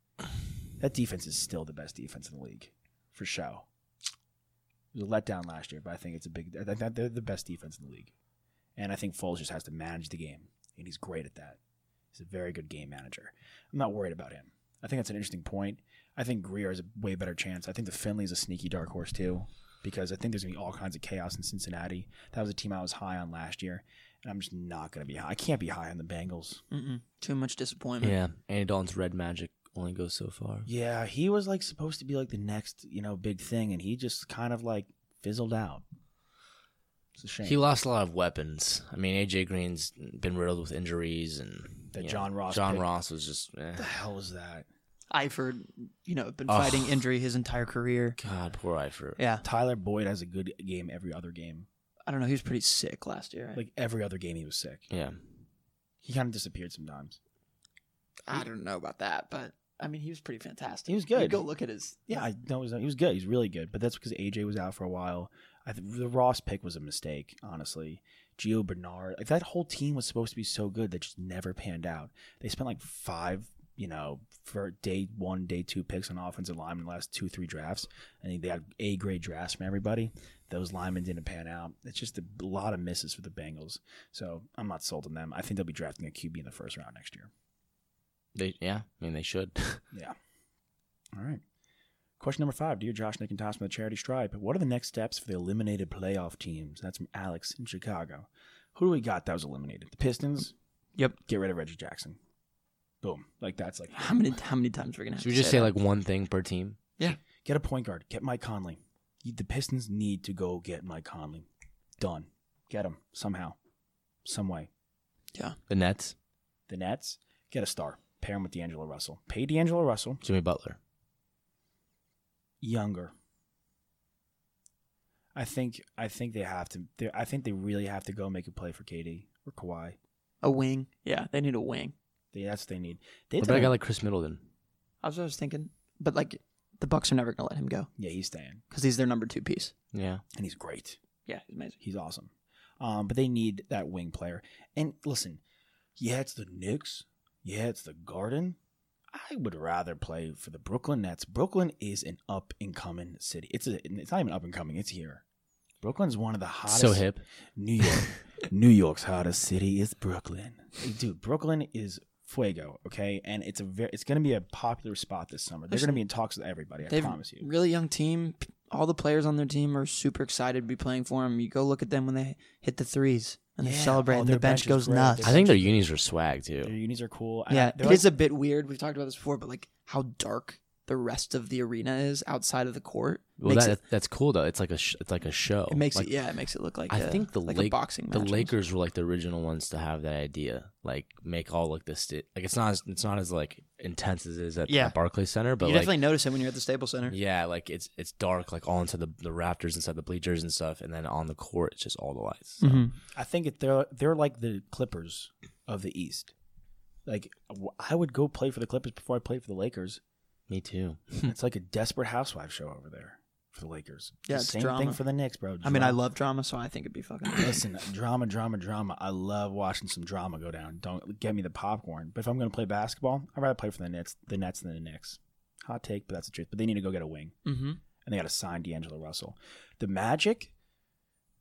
S3: That defense is still the best defense in the league, for show. It was a letdown last year, but I think it's a big. I think they're the best defense in the league. And I think Foles just has to manage the game, and he's great at that. He's a very good game manager. I'm not worried about him. I think that's an interesting point. I think Greer has a way better chance. I think the Finley is a sneaky dark horse too, because I think there's gonna be all kinds of chaos in Cincinnati. That was a team I was high on last year, and I'm just not gonna be high. I can't be high on the Bengals.
S7: Mm-mm. Too much disappointment.
S8: yeah, Andy Dalton's red magic only goes so far.
S3: Yeah, he was like supposed to be like the next you know big thing, and he just kind of like fizzled out. It's a shame.
S8: He lost a lot of weapons. I mean, AJ Green's been riddled with injuries, and
S3: That
S8: you know,
S3: John Ross
S8: John
S3: pick.
S8: Ross was just eh.
S3: what the hell was that?
S7: Eifert, you know, been
S8: Ugh.
S7: fighting injury his entire career.
S8: God, poor Eifert.
S7: Yeah,
S3: Tyler Boyd has a good game every other game.
S7: I don't know. He was pretty sick last year.
S3: Like every other game, he was sick.
S8: Yeah,
S3: He kind of disappeared sometimes.
S7: I don't know about that, but I mean, he was pretty fantastic.
S3: He was good.
S7: You go look at his.
S3: Yeah, I know he was, he was good. He's really good, but that's because AJ was out for a while. I th- the Ross pick was a mistake, honestly. Gio Bernard, like that whole team was supposed to be so good that just never panned out. They spent like five, you know, for day one, day two picks on offensive linemen in the last two, three drafts, and they had A grade drafts from everybody. Those linemen didn't pan out. It's just a lot of misses for the Bengals. So I'm not sold on them. I think they'll be drafting a QB in the first round next year.
S8: they yeah. I mean, they should.
S3: Yeah. All right. Question number five, dear Josh, Nick, and Toss from the Charity Stripe. What are the next steps for the eliminated playoff teams? That's from Alex in Chicago. Who do we got that was eliminated? The Pistons.
S7: Yep.
S3: Get rid of Reggie Jackson. Boom. Like that's like
S7: How many how many times we're gonna have
S8: should we
S7: to
S8: just
S7: say
S8: say
S7: that?
S8: like one thing per team?
S3: get a point guard. Get Mike Conley. You- The Pistons need to go get Mike Conley. Done. Get him somehow, some way.
S8: The Nets,
S3: The Nets get a star. Pair him with D'Angelo Russell. Pay D'Angelo Russell.
S8: Jimmy Butler.
S3: younger. I think I think they have to. they- I think they really have to go make a play for KD or Kawhi.
S7: a wing? Yeah, they need a wing.
S3: They, that's what they need. They
S8: What about
S3: done
S8: a
S3: a-
S8: guy like Chris Middleton?
S7: I was, I was thinking, but like the Bucks are never gonna let him go
S3: yeah, he's staying
S7: because he's their number two piece.
S8: Yeah,
S3: and he's great.
S7: Yeah, he's amazing.
S3: He's awesome. Um, but they need that wing player. And listen, yeah, it's the Knicks. Yeah, it's the Garden. I would rather play for the Brooklyn Nets. Brooklyn is an up and coming city. It's a, it's not even up and coming. It's here. Brooklyn's one of the hottest.
S8: so hip.
S3: New York. New York's hottest city is Brooklyn. Dude, Brooklyn is fuego, okay? And it's a very, it's going to be a popular spot this summer. They're going to
S7: Listen,
S3: be in talks with everybody, I
S7: They've
S3: promise you.
S7: really young team. p- all the players on their team are super excited to be playing for him. You go look at them when they hit the threes and they're
S3: Yeah.
S7: celebrating.
S3: Oh,
S7: their,
S3: their bench
S7: bench,
S3: is
S7: goes
S3: great.
S7: nuts.
S8: I think their unis are swag
S3: Their
S8: too.
S3: unis are cool.
S7: yeah,
S3: I,
S7: it is a bit weird. We've talked about this before, but like how dark the rest of the arena is outside of the court.
S8: Well,
S7: makes
S8: that,
S7: it,
S8: that's cool though. It's like a sh- it's like a show.
S7: it makes
S8: Like,
S7: it yeah, it makes it look like
S8: I
S7: a-
S8: think the
S7: like a
S8: Lake-
S7: boxing
S8: the
S7: match
S8: Lakers were like the original ones to have that idea, like make all like this. Sti- like it's not as, it's not as like intense as it is at,
S7: Yeah.
S8: at Barclays Center,
S7: But
S8: but
S7: you
S8: like
S7: definitely notice it when you're at the Staples Center.
S8: yeah, like it's it's dark like all inside the the rafters, inside the bleachers and stuff, and then on the court it's just all the lights.
S7: Mm-hmm.
S3: I think it, they're they're like the Clippers of the East. Like w- I would go play for the Clippers before I played for the Lakers.
S8: Me too.
S7: Hmm.
S3: it's like a desperate housewife show over there for the Lakers.
S7: Yeah,
S3: The
S7: it's
S3: same
S7: drama.
S3: thing for the Knicks, bro.
S7: I mean, I
S3: Drama.
S7: love drama, so I think it'd be fucking.
S3: Listen, drama, drama, drama. I love watching some drama go down. Don't get me the popcorn. But if I'm going to play basketball, I'd rather play for the Nets, the Nets than the Knicks. Hot take, but that's the truth. But they need to go get a wing,
S7: mm-hmm.
S3: and they got to sign D'Angelo Russell. The Magic,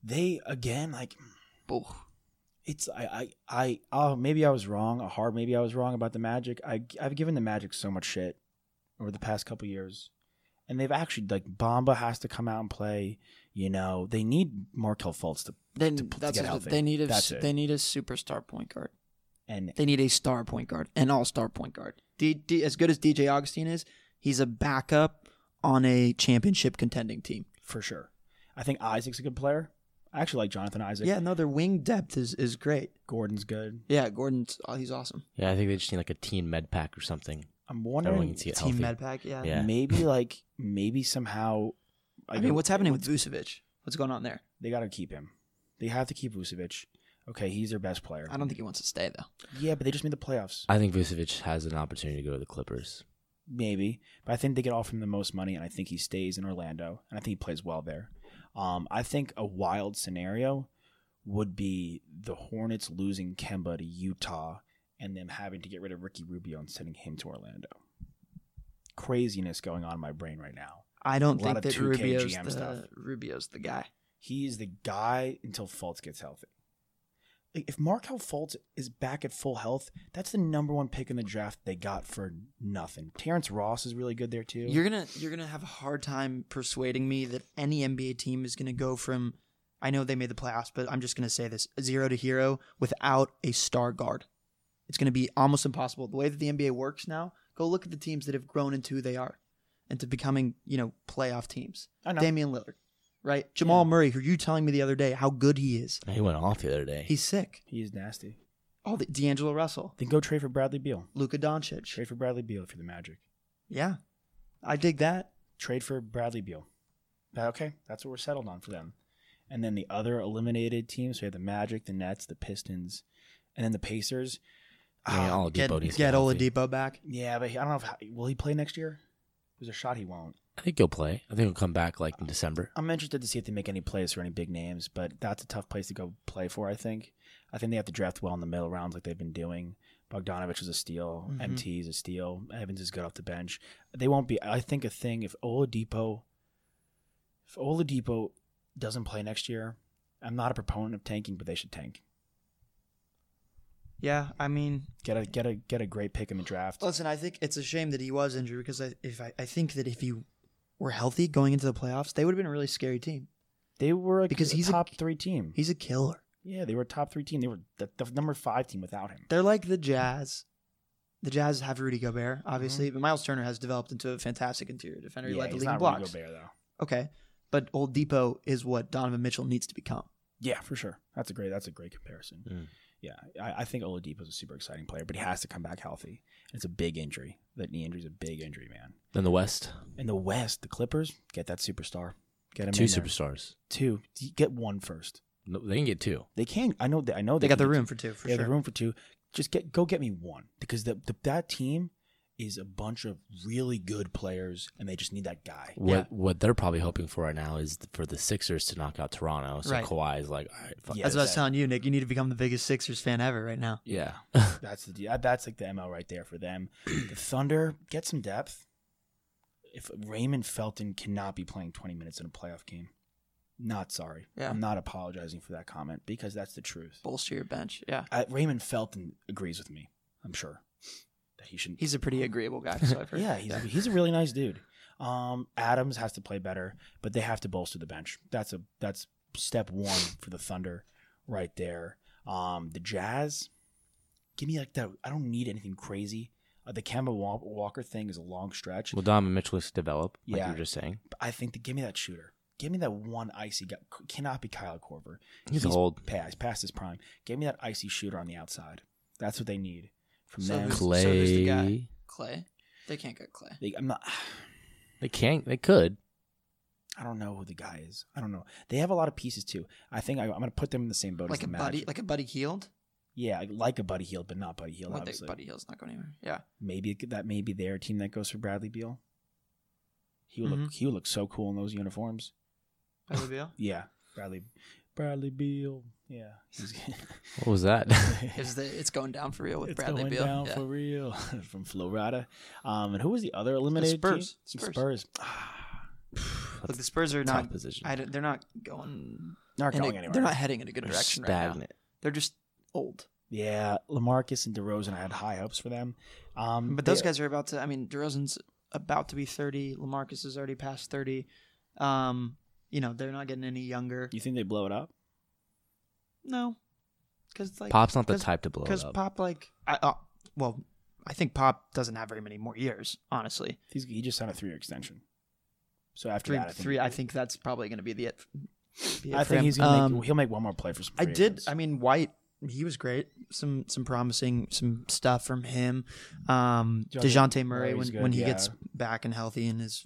S3: they again like it's I I I oh maybe I was wrong. A hard maybe I was wrong about the Magic. I I've given the Magic so much shit over the past couple years, and they've actually like Bamba has to come out and play. You know they need Markel Fultz to
S7: Then
S3: to
S7: that's
S3: get
S7: what-
S3: healthy.
S7: they need a
S3: That's it.
S7: they need a superstar point guard.
S3: and
S7: They need a star point guard, an all star point guard. D, D, as good as DJ Augustine is, he's a backup on a championship contending team.
S3: for sure. I think Isaac's a good player. I actually like Jonathan Isaac.
S7: Yeah, no, their wing depth is is great.
S3: Gordon's good.
S7: Yeah, Gordon's oh, he's awesome.
S8: Yeah, I think they just need like a team med pack or something.
S3: I'm
S8: Everyone
S3: wondering
S8: can see it
S7: Team
S8: healthy.
S7: Medpack, yeah.
S8: Yeah.
S3: maybe like maybe somehow.
S7: I mean, what's happening with Vucevic? What's going on there?
S3: They got to keep him. They have to keep Vucevic. Okay, he's their best player.
S7: I don't think he wants to stay though.
S3: Yeah, but they just made the playoffs.
S8: I think Vucevic has an opportunity to go to the Clippers.
S3: maybe, but I think they could offer him the most money, and I think he stays in Orlando, and I think he plays well there. Um, I think a wild scenario would be the Hornets losing Kemba to Utah, and them having to get rid of Ricky Rubio and sending him to Orlando. Craziness going on in my brain right now.
S7: I don't
S3: A lot
S7: think
S3: of
S7: that
S3: 2K
S7: Rubio's
S3: GM
S7: the
S3: stuff.
S7: Rubio's the guy.
S3: He is the guy until Fultz gets healthy. Like, If Markel Fultz is back at full health, that's the number one pick in the draft they got for nothing. Terrence Ross is really good there too.
S7: You're gonna you're gonna have a hard time persuading me that any NBA team is gonna go from I know they made the playoffs, but I'm just gonna say this zero to hero without a star guard. It's gonna be almost impossible. The way that the NBA works now, go look at the teams that have grown into who they are, into becoming you know playoff teams.
S3: I know.
S7: Damian Lillard, right? Jamal Murray, who you telling me the other day how good he is.
S8: He went off the other day.
S7: He's sick.
S3: he is nasty.
S7: All the D'Angelo Russell,
S3: Then go trade for Bradley Beal.
S7: Luka Doncic.
S3: Trade for Bradley Beal if you're the Magic.
S7: Yeah, I dig that.
S3: Trade for Bradley Beal. That- Okay, that's what we're settled on for them. And then the other eliminated teams, we have the Magic, the Nets, the Pistons, and then the Pacers. Ah,
S8: Yeah, all
S7: Get,
S8: Depot needs to
S7: get
S8: be healthy.
S7: Oladipo back.
S3: yeah, but he, I don't know if will he play next year. There's a shot he won't.
S8: I think he'll play. I think he'll come back like in December.
S3: I'm interested to see if they make any plays or any big names, but that's a tough place to go play for. I think. I think they have to draft well in the middle rounds, like they've been doing. Bogdanovich is a steal.
S7: Mhm.
S3: MT is a steal. Evans is good off the bench. They won't be. I think a thing if Oladipo, if Oladipo doesn't play next year, I'm not a proponent of tanking, but they should tank.
S7: Yeah, I mean,
S3: Get a get a get a great pick in the draft.
S7: Listen, I think it's a shame that he was injured because I, if I, I think that if he were healthy going into the playoffs, they would have been a really scary team.
S3: They were a,
S7: Because
S3: because
S7: he's
S3: he's
S7: a-
S3: top three team.
S7: He's a killer.
S3: yeah, they were a top three team. They were the, the number five team without him.
S7: They're like the Jazz. The Jazz have Rudy Gobert, obviously, but Miles Turner has developed into a fantastic interior defender. he
S3: Mm-hmm. yeah,
S7: led the
S3: he's
S7: league in
S3: not Rudy
S7: blocks.
S3: Gobert though.
S7: Okay, but Old Depot is what Donovan Mitchell needs to become.
S3: Yeah, for sure. That's a great. That's a great comparison.
S8: Mm.
S3: Yeah, I, I think Oladipo is a super exciting player, but he has to come back healthy. And it's a big injury. That knee injury is a big injury, man.
S8: Then the West,
S3: In the West, the Clippers get that superstar. Get him
S8: two
S3: in there.
S8: superstars.
S3: Two. You Get one first.
S8: No, they can get two.
S3: They can. I know. They, I know.
S7: They got
S3: can
S7: the
S3: get
S7: room
S3: two.
S7: for two, for
S3: they
S7: sure.
S3: have the room for two. Just get go get me one because the, the that team is a bunch of really good players, and they just need that guy.
S8: What what they're probably hoping for right now is th- for the Sixers to knock out Toronto. So
S7: Right.
S8: Kawhi is like, all right, fuck
S3: Yeah.
S7: That's what I was
S3: that-
S7: telling you, Nick. You need to become the biggest Sixers fan ever right now.
S8: yeah.
S3: That's the de- that's like the mo right there for them. The Thunder get some depth. If Raymond Felton cannot be playing 20 minutes in a playoff game, not sorry.
S7: Yeah.
S3: I'm not apologizing for that comment because that's the truth.
S7: Bolster your bench. Yeah,
S3: Uh, Raymond Felton agrees with me. I'm sure that he shouldn't.
S7: he's a pretty agreeable guy. So I've heard.
S3: yeah, he's he's a really nice dude. Um, Adams has to play better, but they have to bolster the bench. That's a that's step one for the Thunder, right there. Um, the Jazz, give me like that. I don't need anything crazy. Uh, the Kemba Wa- Walker thing is a long stretch.
S8: Well, Donovan Mitchell is to develop, like
S3: Yeah.
S8: you were just saying.
S3: I think that give me that shooter. Give me that one icy guy. C- Cannot be Kyle Corver.
S8: He's old.
S3: Past, past his prime. Give me that icy shooter on the outside. That's what they need from
S7: So
S3: them.
S7: who's-
S8: Clay.
S7: So who's the guy? Clay. They can't get Clay.
S3: They, I'm not.
S8: They can't. They could.
S3: I don't know who the guy is. I don't know. They have a lot of pieces too. I think I, I'm going to put them in the same boat
S7: Like
S3: as
S7: a
S3: the
S7: buddy,
S3: Magic.
S7: like a buddy healed.
S3: yeah, like- like a Buddy Heald, but not Buddy Heald.
S7: Well, they,
S3: obviously,
S7: buddy heal's not going anywhere. Yeah.
S3: maybe that may be their team that goes for Bradley Beal. He would
S7: Mhm.
S3: look. He would look so cool in those uniforms.
S7: Bradley Beal.
S3: Yeah, Bradley. Bradley Beal. Yeah, he's.
S8: What was that?
S7: Is the it's going down for real with
S3: it's
S7: Bradley
S3: going
S7: Beal.
S3: down
S7: yeah.
S3: for real from Florida. Um, and who was the other eliminated? team?
S7: Spurs.
S3: Spurs.
S7: Spurs. Look,
S8: That's
S7: the Spurs are
S8: tough
S7: not.
S8: position.
S7: I don't, they're not going.
S3: Not
S7: in a-
S3: going anywhere.
S7: They're not heading in a good
S8: They're
S7: direction right now.
S8: stagnant.
S7: They're just old.
S3: Yeah, Lamarcus and DeRozan. I had high hopes for them.
S8: Mm-hmm.
S3: Um,
S7: But those
S3: they-
S7: guys are about to. I mean, DeRozan's about to be thirty. Lamarcus is already past thirty. Um, you know, they're not getting any younger.
S3: You think they blow it up?
S7: No, because like
S8: Pop's not the
S7: 'cause-
S8: type to blow it
S7: Because
S8: up.
S7: Pop, like, I, uh, well, I think Pop doesn't have very many more years, honestly.
S3: He's, he just signed a three-year extension. So after
S7: Three,
S3: that, I think,
S7: three. I think that's probably going to be the it. be it
S3: I
S7: for
S3: think
S7: him.
S3: he's gonna
S7: Um,
S3: make, he'll make one more play for some.
S7: I
S3: free
S7: did.
S3: agents.
S7: I mean, White, he was great. Some some promising some stuff from him. Um,
S3: DeJounte
S7: Dejounte Murray,
S3: Murray's
S7: when
S3: good,
S7: when he
S3: yeah.
S7: gets back and healthy and is,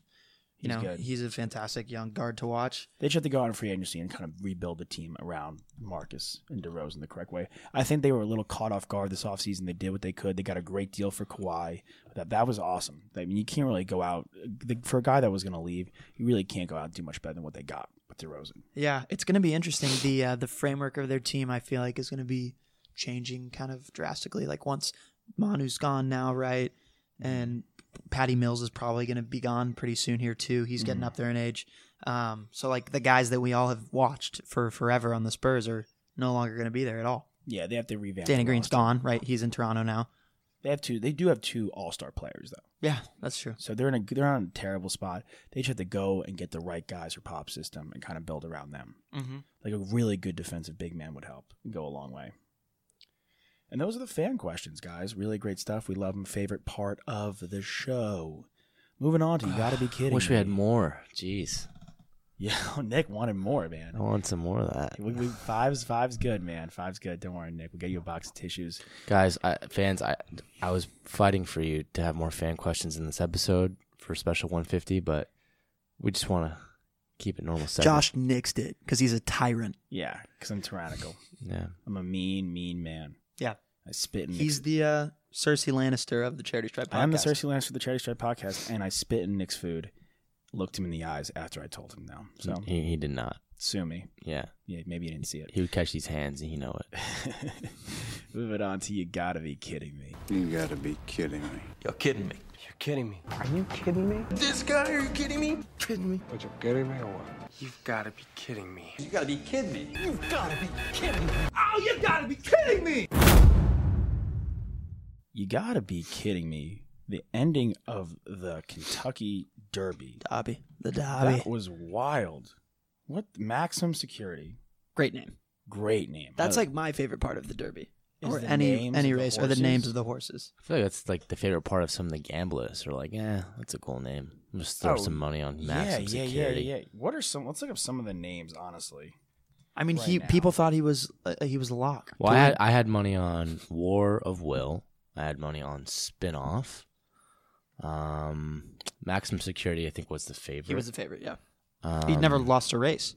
S7: you
S3: He's
S7: know,
S3: good.
S7: he's a fantastic young guard to watch.
S3: They should have to go out in free agency and kind of rebuild the team around Marcus and DeRozan the correct way. I think they were a little caught off guard this offseason. They did what they could. They got a great deal for Kawhi. That that was awesome. I mean, you can't really go out the, for a guy that was going to leave. You really can't go out and do much better than what they got with DeRozan.
S7: Yeah, it's going to be interesting. The uh, the framework of their team, I feel like, is going to be changing kind of drastically. Like once Manu's gone now, right,
S3: Mm-hmm.
S7: and Patty Mills is probably going to be gone pretty soon here too. He's getting
S3: Mm-hmm.
S7: up there in age. Um, so like the guys that we all have watched for forever on the Spurs are no longer going to be there at all.
S3: Yeah, they have to revamp.
S7: Danny
S3: the
S7: Green's
S3: roster.
S7: gone, right? He's in Toronto now.
S3: They have two. They do have two All Star players though.
S7: Yeah, that's true.
S3: So they're in a they're on a terrible spot. They just have to go and get the right guys for pop system and kind of build around them.
S7: Mm-hmm.
S3: like a really good defensive big man would help and go a long way. And those are the fan questions, guys. Really great stuff. We love them. Favorite part of the show. Moving on to you gotta be kidding.
S8: Wish we had
S3: me.
S8: more. Jeez,
S3: Yeah, oh, Nick wanted more, man.
S8: I want some more of that,
S3: We, we, five's five's good, man. Five's good. Don't worry, Nick. We'll get you a box of tissues.
S8: guys. I, fans, I I was fighting for you to have more fan questions in this episode for special 150, but we just want to keep it normal. Segment.
S7: Josh nixed it because he's a tyrant.
S3: Yeah, because I'm tyrannical.
S8: yeah,
S3: I'm a mean, mean man.
S7: Yeah,
S3: I spit in
S7: he's the uh, Cersei Lannister of the Charity Stripe.
S3: I'm the
S7: podcast.
S3: Cersei Lance for the Charity Stripe podcast, and I spit in Nick's food. Looked him in the eyes after I told him no. So
S8: he, he did not.
S3: sue me.
S8: Yeah,
S3: Yeah, maybe you didn't see it.
S8: he would catch these hands, and he know it.
S3: Move it on to you gotta be kidding me.
S9: You gotta be kidding me.
S10: You're kidding me. You're kidding me. Are you kidding me? This guy, are you kidding me? Kidding me. But you're kidding me or what? You've gotta be kidding me. You gotta be kidding me. You've gotta be kidding me. Oh, you gotta be kidding me!
S3: You gotta be kidding me. The ending of the Kentucky Derby.
S7: Dobby. The Dobby.
S3: That was wild. What Maximum Security.
S7: Great name.
S3: Great name.
S7: That's
S3: I-
S7: like my favorite part of the Derby,
S3: Is
S7: or
S3: the
S7: any
S3: names
S7: any
S3: of the
S7: race, or the names
S3: horses.
S7: of the horses.
S8: I feel like that's like the favorite part of some of the gamblers. They're like, yeah, that's a cool name. I'm just throw
S3: Oh,
S8: some money on
S3: yeah,
S8: maximum
S3: yeah, yeah,
S8: security.
S3: yeah. What are some? Let's look up some of the names. Honestly,
S7: I mean,
S3: Right
S7: he
S3: now.
S7: people thought he was uh, he was a lock.
S8: Well, I had, I had money on War of Will. I had money on Spinoff. Um, Maximum Security, I think, was the favorite.
S7: he was a favorite. Yeah,
S8: um,
S7: he never lost a race.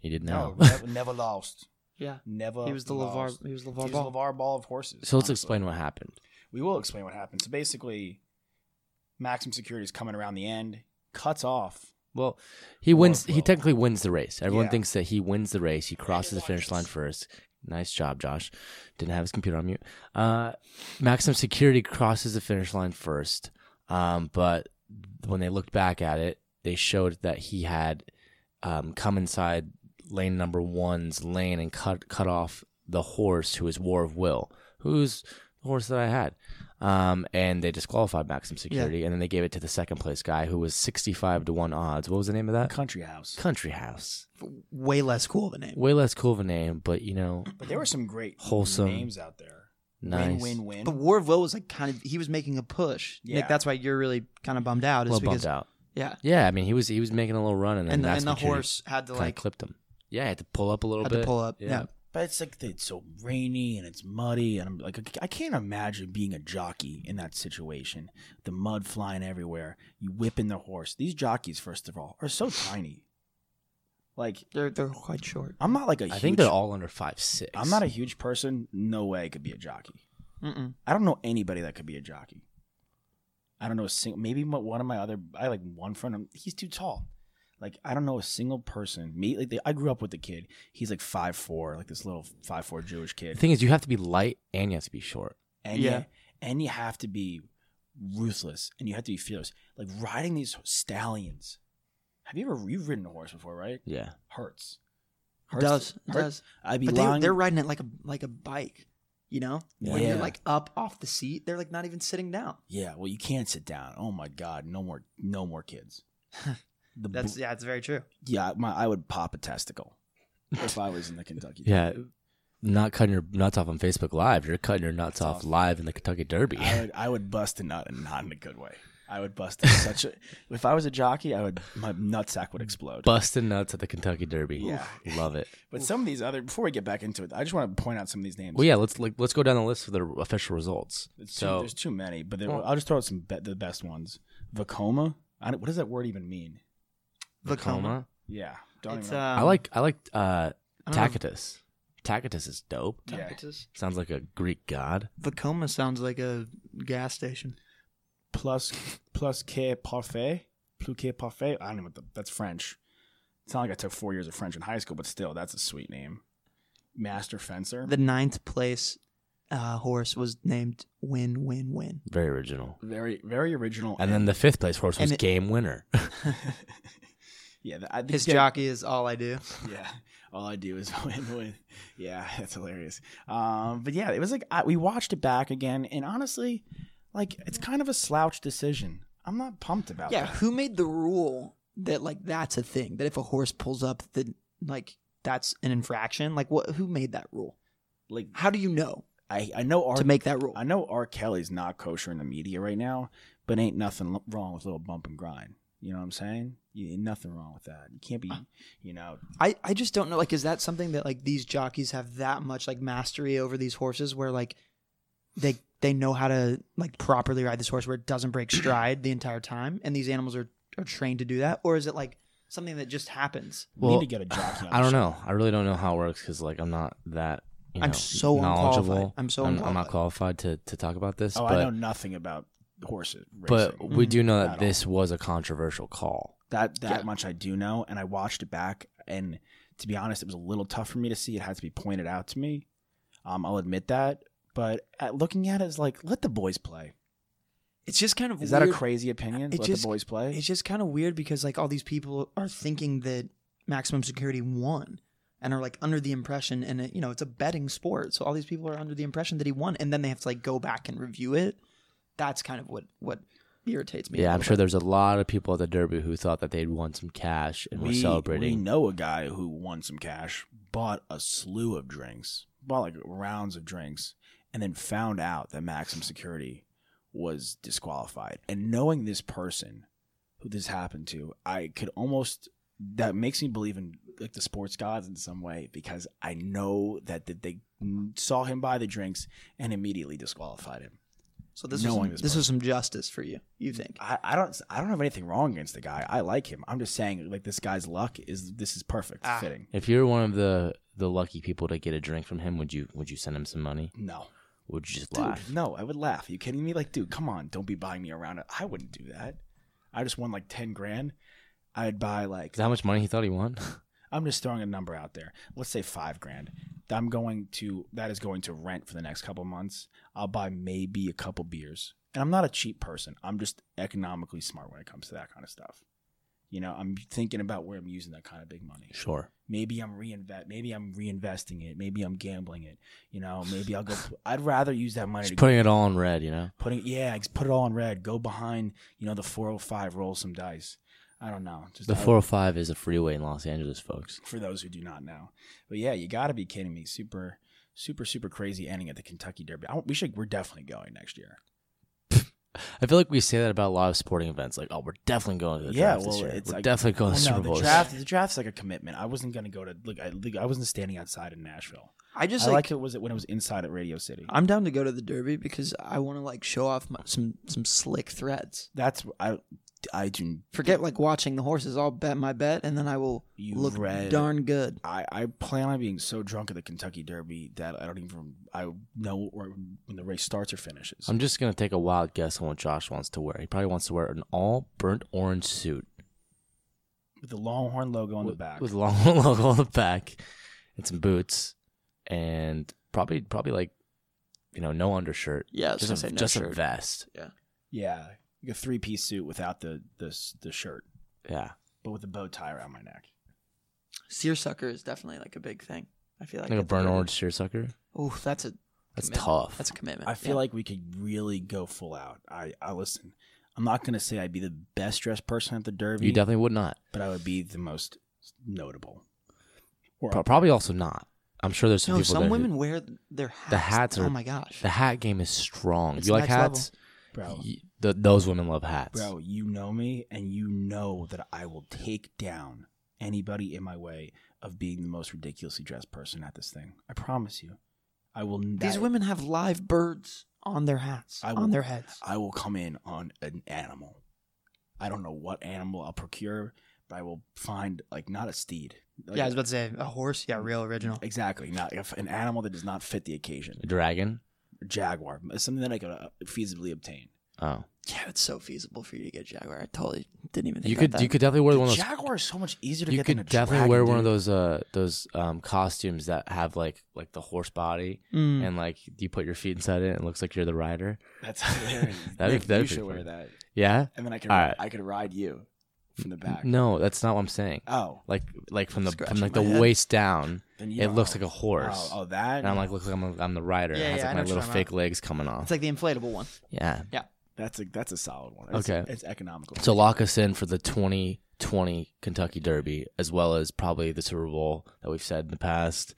S8: He did not.
S3: never, Oh, never lost.
S7: Yeah,
S3: Never.
S7: he was the
S3: lost.
S7: Levar. He was
S3: He
S7: Levar
S3: was
S7: Ball.
S3: the Levar Ball of horses.
S8: so let's
S3: honestly.
S8: explain what happened.
S3: We will explain what happened. So basically, Maximum Security is coming around the end, cuts off
S8: Well, he
S3: War
S8: wins.
S3: of
S8: He
S3: Will.
S8: technically wins the race. Everyone
S3: Yeah.
S8: thinks that he wins the race. He crosses the finish line first. Nice job, Josh. Didn't have his computer on mute. Uh, Maximum Security crosses the finish line first. Um, but when they looked back at it, they showed that he had um, come inside lane number one's lane and cut cut off the horse who is War of Will, who's the horse that I had. Um, and they disqualified Maximum Security, and then they gave it to the second place guy who was sixty-five to one odds. What was the name of that?
S3: Country House.
S8: Country House.
S7: Way less cool of a name.
S8: Way less cool of a name, but you know,
S3: But there were some great
S8: Wholesome.
S3: names out there.
S8: nice.
S3: Win, win,
S7: But
S3: win.
S7: War of Will was like kind of he was making a push.
S3: Yeah.
S7: Like that's why you're really kind of bummed out. Is
S8: Well,
S7: because
S8: bummed out.
S7: yeah,
S8: Yeah, I mean, he was he was making a little run, and then
S7: and, the,
S8: that's
S7: and the
S8: when Judy
S7: horse had to
S8: kinda
S7: like
S8: clipped him. Yeah, I had to pull up a little
S7: had
S8: bit.
S7: to pull up. Yeah.
S3: But it's like it's so rainy and it's muddy, and I'm like, I can't imagine being a jockey in that situation. The mud flying everywhere, you whipping the horse. These jockeys, first of all, are so tiny. Like
S7: they're they're quite short.
S3: I'm not like a.
S8: I
S3: huge-
S8: think they're all under five six.
S3: I'm not a huge person. No way I could be a jockey.
S7: Mm-mm.
S3: I don't know anybody that could be a jockey. I don't know a single. Maybe my, one of my other. I like one friend. um, He's too tall. Like I don't know a single person. Me, like they, I grew up with the kid. He's like five four, like this little five four Jewish
S8: The
S3: kid.
S8: thing is, you have to be light and you have to be short.
S3: and
S7: Yeah.
S3: yeah, and you have to be ruthless and you have to be fearless. Like riding these stallions. Have you ever you've ridden a horse before, right?
S8: Yeah.
S3: Hurts.
S7: It does it
S3: hurt-
S7: does?
S3: I'd be
S7: But they,
S3: lying.
S7: they're riding it like a like a bike. You know, when
S3: Yeah.
S7: you're like up off the seat, they're like not even sitting down.
S3: yeah. Well, you can't sit down. Oh my God. No more. No more kids. The
S7: That's
S3: bl-
S7: yeah, it's very true.
S3: yeah. My I would pop a testicle if I was in the Kentucky.
S8: Yeah. Not cutting your nuts off on Facebook Live. You're cutting your nuts off live in the Kentucky Derby.
S3: I would, I would bust a nut and not in a good way. I would bust in such a. If I was a jockey, I would my nutsack would explode.
S8: Busting nuts at the Kentucky Derby.
S3: Yeah.
S8: Love it.
S3: but some of these other. Before we get back into it, I just want to point out some of these names.
S8: Well, yeah, let's like, let's go down the list for the official results.
S3: It's too,
S8: so
S3: there's too many, but there,
S8: Well-
S3: I'll just throw out some be- the best ones. Vacoma. I don't, what does that word even mean?
S7: Vacoma.
S8: Tacoma.
S3: Yeah, don't
S7: It's,
S3: even.
S7: um,
S8: I like I like uh,
S7: I don't know if-
S8: Tacitus. Tacitus is dope.
S3: yeah.
S7: Tacitus.
S8: Sounds like a Greek god.
S7: Vacoma sounds like a gas station.
S3: plus plus que parfait, plus que parfait. I don't know what the, that's French. It's not like I took four years of French in high school, but still, that's a sweet name. Master fencer.
S7: The ninth place uh, horse was named Win Win Win.
S8: Very original.
S3: very very original.
S8: And then the fifth place horse was
S7: and it-
S8: game winner.
S3: yeah, the, I,
S7: His
S3: yeah,
S7: jockey is all I do.
S3: Yeah, all I do is win, win. Yeah, that's hilarious. Um, but yeah, it was like I, we watched it back again, and honestly, like it's kind of a slouch decision. I'm not pumped about
S7: Yeah,
S3: that.
S7: who made the rule that like that's a thing? That if a horse pulls up, then like that's an infraction. Like what? Who made that rule?
S3: Like
S7: How do you know
S3: I, I know R.
S7: to make that rule?
S3: I know R. Kelly's not kosher in the media right now, but ain't nothing lo- wrong with little bump and grind. You know what I'm saying? You, ain't nothing wrong with that. You can't be, you know.
S7: I I just don't know. Like, is that something that like these jockeys have that much like mastery over these horses, where like they they know how to like properly ride this horse where it doesn't break stride the entire time, and these animals are are trained to do that, or is it like something that just happens?
S3: we
S8: Well,
S3: need to get a jockey. On
S8: I
S3: the
S8: don't
S3: show.
S8: know. I really don't know how it works because like I'm not that. You
S7: I'm
S8: know,
S7: so
S8: knowledgeable.
S7: unqualified. I'm so
S8: I'm not
S7: unqualified.
S8: qualified to, to talk about this.
S3: Oh,
S8: but,
S3: I know nothing about horses.
S8: But
S3: racing. Mm-hmm.
S8: we do know
S3: At all.
S8: that this was a controversial call.
S3: That that
S7: Yeah.
S3: much I do know, and I watched it back. And to be honest, it was a little tough for me to see. It had to be pointed out to me. Um, I'll admit that. But at looking at it, it's like let the boys play.
S7: It's just kind of
S3: Is
S7: weird.
S3: that a crazy opinion?
S7: It
S3: Let
S7: just-
S3: the boys play.
S7: It's just kind of weird because like all these people are thinking that maximum security won and are like under the impression and it, you know it's a betting sport so all these people are under the impression that he won and then they have to like go back and review it that's kind of what what irritates me a
S8: Yeah, I'm
S7: little
S8: sure
S7: bit.
S8: there's a lot of people at the Derby who thought that they'd won some cash and were
S3: We
S8: celebrating.
S3: know a guy who won some cash, bought a slew of drinks, bought like rounds of drinks, and then found out that Maximum Security was disqualified. And knowing this person who this happened to, I could almost that makes me believe in like the sports gods in some way because I know that that they saw him buy the drinks and immediately disqualified him.
S7: so this was
S3: knowing
S7: some,
S3: this
S7: this was some justice for you you think
S3: I, I don't I don't have anything wrong against the guy. I like him. I'm just saying like this guy's luck is this is perfect
S7: Ah.
S3: fitting.
S8: If you're one of the the lucky people to get a drink from him, would you would you send him some money?
S3: No.
S8: Would you just
S3: Dude,
S8: laugh?
S3: no, I would laugh. you kidding me? Like, dude, come on, don't be buying me around. I wouldn't do that. I just won like ten grand. I'd buy like
S8: Is that how much money he thought he won?
S3: I'm just throwing a number out there. Let's say five grand. I'm going to that is going to rent for the next couple months. I'll buy maybe a couple beers. And I'm not a cheap person. I'm just economically smart when it comes to that kind of stuff. You know, I'm thinking about where I'm using that kind of big money.
S8: Sure.
S3: Maybe I'm reinvest. Maybe I'm reinvesting it. Maybe I'm gambling it. You know, maybe I'll go. I'd rather use that money. to
S8: Just putting it all in red, you know?
S3: putting yeah, just put it all in red. Go behind, you know, the 405, roll some dice. I don't know. Just
S8: The
S3: I-
S8: 405 is a freeway in Los Angeles, folks.
S3: for those who do not know. But yeah, you got to be kidding me. Super, super, super crazy ending at the Kentucky Derby. I, we should. We're definitely going next year.
S8: I feel like we say that about a lot of sporting events. Like, oh, we're definitely going to the
S3: yeah,
S8: draft
S3: well,
S8: this year.
S3: it's
S8: we're
S3: like,
S8: definitely going
S3: well,
S8: to the
S3: Oh, no,
S8: Super Bowl.
S3: The
S8: this year.
S3: draft, the draft's like a commitment. I wasn't gonna go to look. I, look, I wasn't standing outside in Nashville.
S7: I just
S3: I
S7: like
S3: liked it was it when it was inside at Radio City.
S7: I'm down to go to the Derby because I want to like show off my, some some slick threads.
S3: That's I. I do.
S7: Forget like watching the horses. I'll bet my bet, and then I will
S3: You
S7: look
S3: read-
S7: darn good.
S3: I, I plan on being so drunk at the Kentucky Derby that I don't even I know where, when the race starts or finishes.
S8: I'm just going to take a wild guess on what Josh wants to wear. He probably wants to wear an all burnt orange suit
S3: with the Longhorn logo on
S8: with,
S3: the back.
S8: with long logo on the back and some boots and probably, probably like, you know, no undershirt.
S7: Yeah, I was
S8: just
S7: gonna
S8: a,
S7: say no
S8: just a
S7: shirt.
S8: vest.
S3: yeah, like a three piece suit without the the s- the shirt,
S8: Yeah.
S3: but with a bow tie around my neck.
S7: Seersucker is definitely like a big thing. I feel like
S8: Like a
S7: at the
S8: burnt
S7: Derby.
S8: orange seersucker.
S7: Ooh, that's a
S8: That's
S7: commitment.
S8: tough.
S7: That's a commitment.
S3: I feel
S7: Yeah.
S3: like we could really go full out. I I listen. I'm not gonna say I'd be the best dressed person at the Derby,
S8: You definitely would not.
S3: but I would be the most notable. Or
S8: Pro- Probably also not. I'm sure there's some
S7: no.
S8: people
S7: Some
S8: there who-
S7: women wear their hats.
S8: the hats are
S7: Oh my gosh.
S8: The hat game is strong.
S7: It's
S8: you like
S7: next level.
S8: hats?
S3: bro,
S8: Y- th- those women love hats.
S3: bro, you know me, and you know that I will take down anybody in my way of being the most ridiculously dressed person at this thing. I promise you, I will.
S7: These
S3: that-
S7: women have live birds on their hats,
S3: I
S7: on
S3: will-
S7: their heads.
S3: I will come in on an animal. I don't know what animal I'll procure, but I will find like not a steed. Like,
S7: yeah, I was about to say a horse. Yeah, real original.
S3: exactly not if an animal that does not fit the occasion.
S8: A dragon?
S3: Jaguar, something that I could uh, feasibly obtain.
S8: Oh.
S7: Yeah, it's so feasible for you to get Jaguar. I totally didn't even think
S8: You
S7: about
S8: could
S7: that.
S8: you could definitely wear one of those
S3: Jaguar is so much easier to
S8: you
S3: get
S8: could
S3: than a
S8: definitely
S3: dragon,
S8: wear one of
S3: dude.
S8: those uh those um costumes that have like like the horse body
S7: Mm.
S8: and like you put your feet inside it and it looks like you're the rider.
S3: That's hilarious.
S8: That'd be-
S3: Nick,
S8: that'd
S3: you
S8: be
S3: should wear
S8: fun.
S3: that,
S8: Yeah?
S3: and then I could
S8: All right.
S3: I could ride you from the back.
S8: No, that's not what I'm saying.
S3: Oh,
S8: Like like from the
S7: Scratching
S8: from like
S7: my
S8: the
S7: head.
S8: waist down,
S3: then you
S8: it
S3: don't
S8: looks
S3: know.
S8: like a horse.
S3: Oh, oh, that.
S8: and I'm like, looks like I'm, I'm the rider.
S7: Yeah,
S8: it has
S7: yeah, I know
S8: like my
S7: what you're
S8: little
S7: talking
S8: fake
S7: about.
S8: legs coming off.
S7: It's like the inflatable one.
S8: yeah.
S3: that's a that's a solid one. It's-
S8: Okay.
S3: it's economical.
S8: So lock us in for the 2020 Kentucky Derby, as well as probably the Super Bowl that we've said in the past.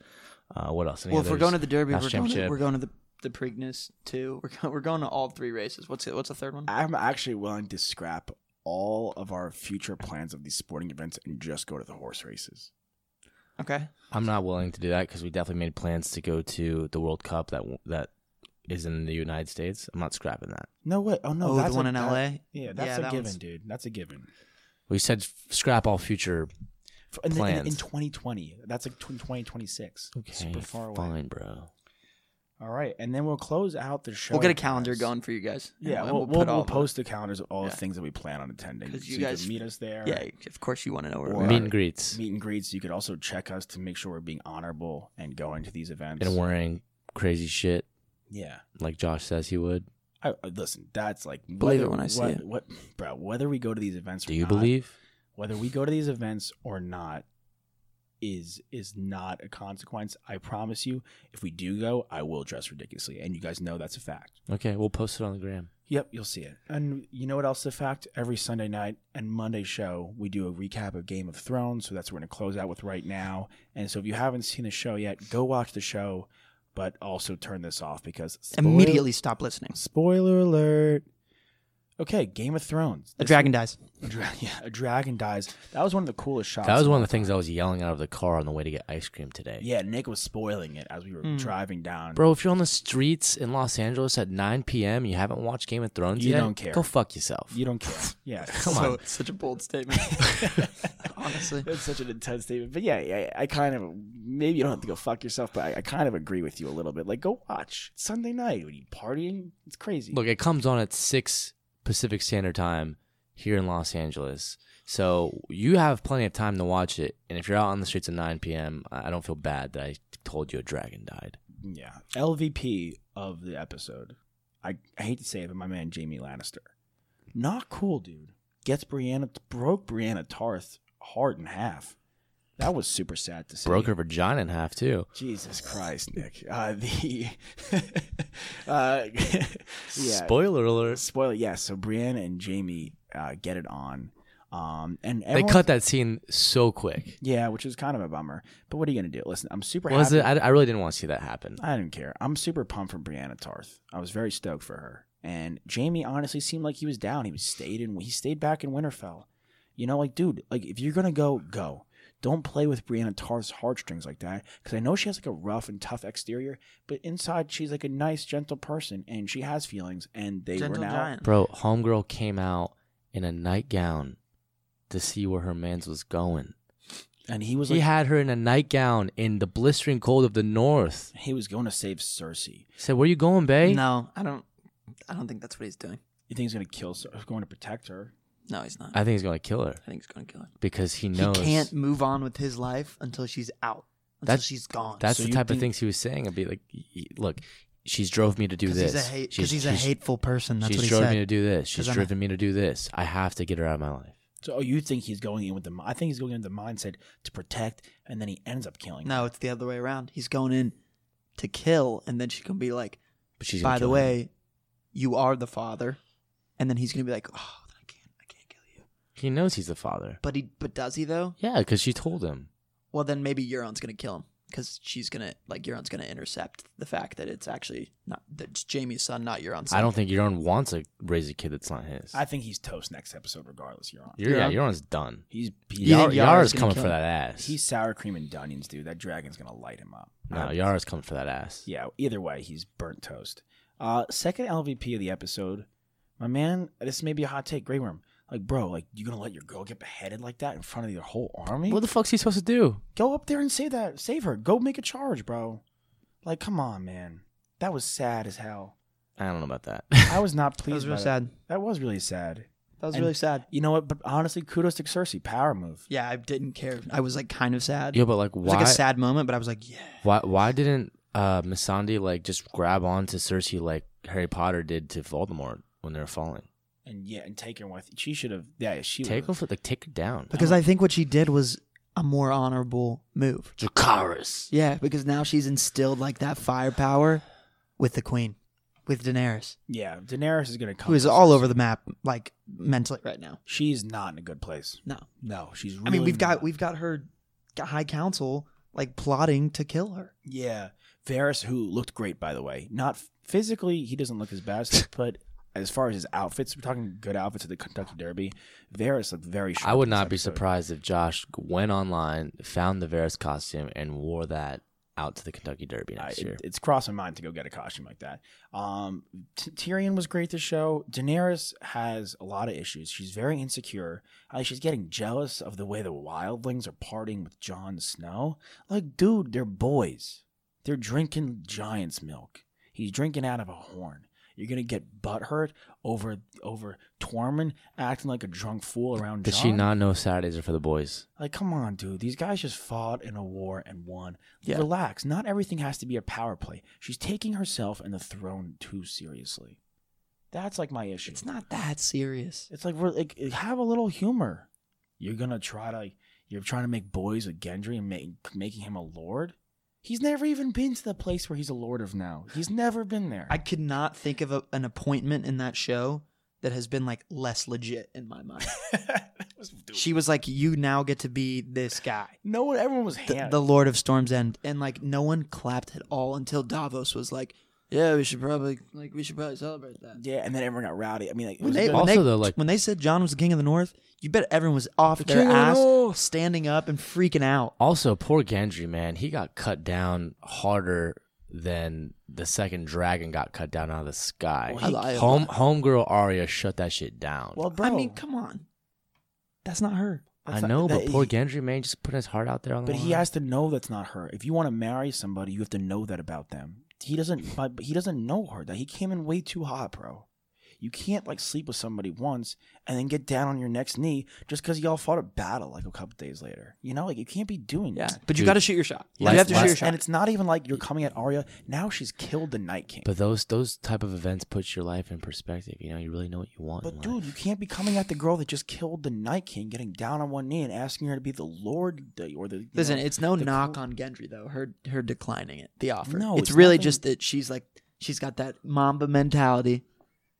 S8: Uh, what else? Any
S7: well, if we're
S8: others?
S7: going to the Derby,
S8: National
S7: we're going to,
S8: championship.
S7: we're going to the the Preakness too. We're go, we're going to all three races. What's it, what's the third one?
S3: I'm actually willing to scrap all of our future plans of these sporting events and just go to the horse races.
S7: Okay.
S8: I'm not willing to do that because we definitely made plans to go to the World Cup that that is in the United States. I'm not scrapping that.
S3: No way. Oh no,
S7: oh,
S3: that's
S7: the one
S3: a-
S7: in
S3: that-
S7: L.A.
S3: Yeah, that's
S7: Yeah,
S3: a
S7: that
S3: given,
S7: one's-
S3: dude. That's a given.
S8: We said f- scrap all future.
S3: F- And then in, in
S8: Plans.
S3: 2020, that's like tw- 2026.
S8: Okay,
S3: super far away.
S8: fine, bro.
S3: All right, and then we'll close out the show.
S7: We'll get a calendar
S3: guys.
S7: going for you guys.
S3: Yeah,
S7: and
S3: we'll, we'll, we'll,
S7: all the-
S3: post the calendars of all
S7: Yeah.
S3: the things that we plan on attending.
S7: 'Cause
S3: So
S7: you
S3: you,
S7: guys-
S3: can meet us there.
S7: Yeah, of course you want to know where
S3: Or-
S7: we are.
S8: Meet and greets
S3: Meet and greets. You could also check us to make sure we're being honorable and going to these events.
S8: and wearing crazy shit
S3: yeah.
S8: like Josh says he would.
S3: I, I- listen, that's like
S7: Believe
S3: whether-
S7: it when I see
S3: what,
S7: it.
S3: What, bro? Whether we go to these events,
S8: Do
S3: or
S8: you
S3: not,
S8: believe?
S3: whether we go to these events or not is is not a consequence. I promise you, if we do go, I will dress ridiculously, and you guys know that's a fact.
S8: Okay, we'll post it on the gram.
S3: Yep, you'll see it. And you know what else is a fact? Every Sunday night and Monday show, we do a recap of Game of Thrones. So that's what we're going to close out with right now. And so if you haven't seen the show yet, go watch the show, but also turn this off because spoil-
S7: Immediately stop listening.
S3: Spoiler alert. Okay, Game of Thrones.
S7: The dragon dies.
S3: A, dra- yeah, a dragon dies. That was one of the coolest shots.
S8: That was one of the things I was yelling out of the car on the way to get ice cream today.
S3: Yeah, Nick was spoiling it as we were driving down.
S8: Bro, if you're on the streets in Los Angeles at 9 p.m., you haven't watched Game of Thrones
S3: You
S8: yet,
S3: don't care.
S8: Go fuck yourself.
S3: You don't care. Yeah.
S8: Come on.
S7: It's such a bold statement. Honestly.
S3: That's such an intense statement. But yeah, yeah, I kind of maybe you don't have to go fuck yourself, but I, I kind of agree with you a little bit. Like, go watch It's Sunday night. What are you partying? It's crazy.
S8: Look, it comes on at 6 Pacific Standard Time here in Los Angeles. So you have plenty of time to watch it. And if you're out on the streets at 9 p.m., I I don't feel bad that I told you a dragon died.
S3: yeah, LVP of the episode. I, I hate to say it, but my man Jamie Lannister, not cool, dude. gets Brianna broke Brianna Tarth hard in half. That was super sad to see.
S8: Broke her vagina in half too.
S3: Jesus Christ, Nick. Uh, the uh, yeah.
S8: Spoiler alert.
S3: Spoiler. Yeah. So Brianna and Jamie uh, get it on, um, and
S8: They
S3: everyone,
S8: cut that scene so quick.
S3: Yeah, which is kind of a bummer. But what are you gonna do? Listen, I'm super.
S8: Was
S3: happy.
S8: it? I, I really didn't want to see that happen.
S3: I didn't care. I'm super pumped for Brianna Tarth. I was very stoked for her. And Jamie honestly seemed like he was down. He was stayed in. He stayed back in Winterfell. You know, like dude, like if you're gonna go, go. Don't play with Brianna Tarth's heartstrings like that. Because I know she has like a rough and tough exterior, but inside she's like a nice, gentle person, and she has feelings. And they
S7: Gentle
S3: were now.
S7: giant.
S8: Bro, homegirl came out in a nightgown to see where her man's was going.
S3: And he was
S8: He
S3: like,
S8: had her in a nightgown in the blistering cold of the north.
S3: he was going to save Cersei.
S8: Said, "Where you going, babe?"
S7: No, I don't. I don't think that's what he's doing.
S3: You think he's gonna kill? Cer- Going to protect her?
S7: No, he's not. I,
S8: I think he's gonna kill her
S7: think he's gonna kill her.
S8: because he knows
S7: He can't move on with his life until she's out. Until
S8: That's-
S7: she's gone.
S8: That's
S3: So
S8: the
S3: you
S8: type
S3: think-
S8: of things he was saying. I'd be like, y- y- "Look, she's drove me to do this.
S7: he's a hate.
S8: She's-
S7: Because he's a
S8: she's-
S7: hateful person. That's
S8: she's
S7: what he
S8: driven
S7: said.
S8: me to do this. She's
S7: 'Cause I'm a-
S8: driven me to do this. I have to get her out of my life."
S3: So oh, you think he's going in with the? mi- I think he's going in with the mindset to protect, and then he ends up killing.
S7: No, it's the other way around. He's going in to kill, and then she can be like,
S8: But she's gonna
S7: "By the
S8: kill him.
S7: way, you are the father," and then he's gonna be like, "Oh, then I can't, I can't kill you."
S8: he knows he's the father.
S7: But he, but does he though?
S8: Yeah, because she told him.
S7: Well, then maybe Euron's gonna kill him because she's gonna like Euron's gonna intercept the fact that it's actually not that it's Jamie's son, not Euron's son.
S8: I don't think Euron wants to raise a kid that's not his.
S3: I think he's toast next episode, regardless. You're on.
S8: You're, yeah, Euron's done.
S3: He's he's,
S7: You
S8: Yar,
S7: think Yara's
S8: Yara's
S7: gonna
S8: coming
S7: kill
S8: for
S7: him?
S8: that ass.
S3: he's sour cream and onions, dude. That dragon's gonna light him up.
S8: no,
S3: Uh,
S8: Yara's coming for that ass.
S3: yeah. Either way, he's burnt toast. Uh, second LVP of the episode, my man. This may be a hot take, Grey Worm. Like, bro, like you gonna let your girl get beheaded like that in front of your whole army?
S8: What the fuck's he supposed to do?
S3: Go up there and save that, save her. Go make a charge, bro. Like, come on, man. That was sad as hell.
S8: I don't know about that.
S3: I was not pleased.
S7: That was
S3: by
S7: really sad.
S3: That was really sad.
S7: That was
S3: And-
S7: really sad.
S3: You know what? But honestly, kudos to Cersei. Power move.
S7: Yeah, I didn't care. I was like kind of sad.
S8: yeah, but like,
S7: It
S8: why?
S7: was like a sad moment, but I was like, yeah.
S8: why? Why didn't uh, Missandei like just grab onto Cersei like Harry Potter did to Voldemort when they were falling?
S3: And yeah, and take her with. She should have. Yeah, she
S8: take her
S3: would've-
S8: for like take her down.
S7: Because I think what she did was a more honorable move.
S8: Dracarys.
S7: Yeah, because now she's instilled like that firepower with the queen, with Daenerys,
S3: Yeah, Daenerys is gonna come.
S7: who is
S3: for
S7: all
S3: Cersei.
S7: over the map, like mentally right now.
S3: She's not in a good place.
S7: No,
S3: No, she's. Really
S7: I mean we've got
S3: not.
S7: we've got her high council like plotting to kill her.
S3: Yeah, Varys, who looked great by the way. Not physically, he doesn't look his best, but as far as his outfits, we're talking good outfits at the Kentucky Derby. Varys looked very. Sharp
S8: I would
S3: in this
S8: not be
S3: episode.
S8: surprised if Josh went online, found the Varys costume, and wore that out to the Kentucky Derby
S3: I,
S8: next year.
S3: it, it's crossing my mind to go get a costume like that. Um, T- Tyrion was great to show. Daenerys has a lot of issues. She's very insecure. Uh, she's getting jealous of the way the wildlings are partying with Jon Snow. Like, dude, they're boys. They're drinking giant's milk. He's drinking out of a horn. You're gonna get butthurt over over Tormund acting like a drunk fool around.
S8: Did
S3: Jon?
S8: she not know Saturdays are for the boys?
S3: Like, come on, dude. These guys just fought in a war and won.
S7: Yeah.
S3: Relax. Not everything has to be a power play. She's taking herself and the throne too seriously. That's like my issue.
S7: It's not that serious.
S3: It's like we're like have a little humor. You're gonna try to you're trying to make boys with Gendry and make, making him a lord. He's never even been to the place where he's a lord of now. He's never been there.
S7: I could not think of a, an appointment in that show that has been like less legit in my mind. she was like, "You now get to be this guy."
S3: no one. Everyone was
S7: the,
S3: hand-
S7: the Lord of Storm's End, and like no one clapped at all until Davos was like, "Yeah, we should probably like we should probably celebrate that."
S3: yeah, and then everyone got rowdy. I mean, like, it
S7: When
S3: was
S7: they,
S3: a good-
S7: when they-
S8: Also, though, like-
S7: when they said John was the king of the North, you bet everyone was off
S8: The
S7: their
S8: king of the
S7: ass,
S8: North.
S7: standing up and freaking out.
S8: Also, poor Gendry, man, he got cut down harder than the second dragon got cut down out of the sky.
S7: Well, he- I- I-
S8: Home homegirl Arya shut that shit down.
S3: well, bro.
S7: I mean, come on, that's not her.
S8: I
S3: that's
S8: know,
S3: not-
S8: but
S3: that-
S8: poor
S3: he-
S8: Gendry, man, just put his heart out there on the
S3: But he
S8: line.
S3: has to know that's not her. If you want to marry somebody, you have to know that about them. He doesn't. but He doesn't know her. That he came in way too hot, bro. You can't like sleep with somebody once and then get down on your next knee just because y'all fought a battle like a couple days later. You know, like you can't be doing
S7: Yeah,
S3: that.
S7: but you
S8: Dude.
S7: got to shoot your shot.
S8: Last-
S7: you have to shoot your
S8: last-
S7: shot.
S3: And it's not even like you're coming at Arya. Now she's killed the Night King.
S8: But those those type of events puts your life in perspective. You know, you really know what you want.
S3: But
S8: in life.
S3: dude, you can't be coming at the girl that just killed the Night King, getting down on one knee and asking her to be the Lord the- or the. you
S7: Listen,
S3: know,
S7: it's no
S3: the
S7: knock
S3: cool-
S7: on Gendry though. Her her declining it, the offer.
S3: No,
S7: it's,
S3: it's
S7: really
S3: nothing-
S7: just that she's like she's got that Mamba mentality.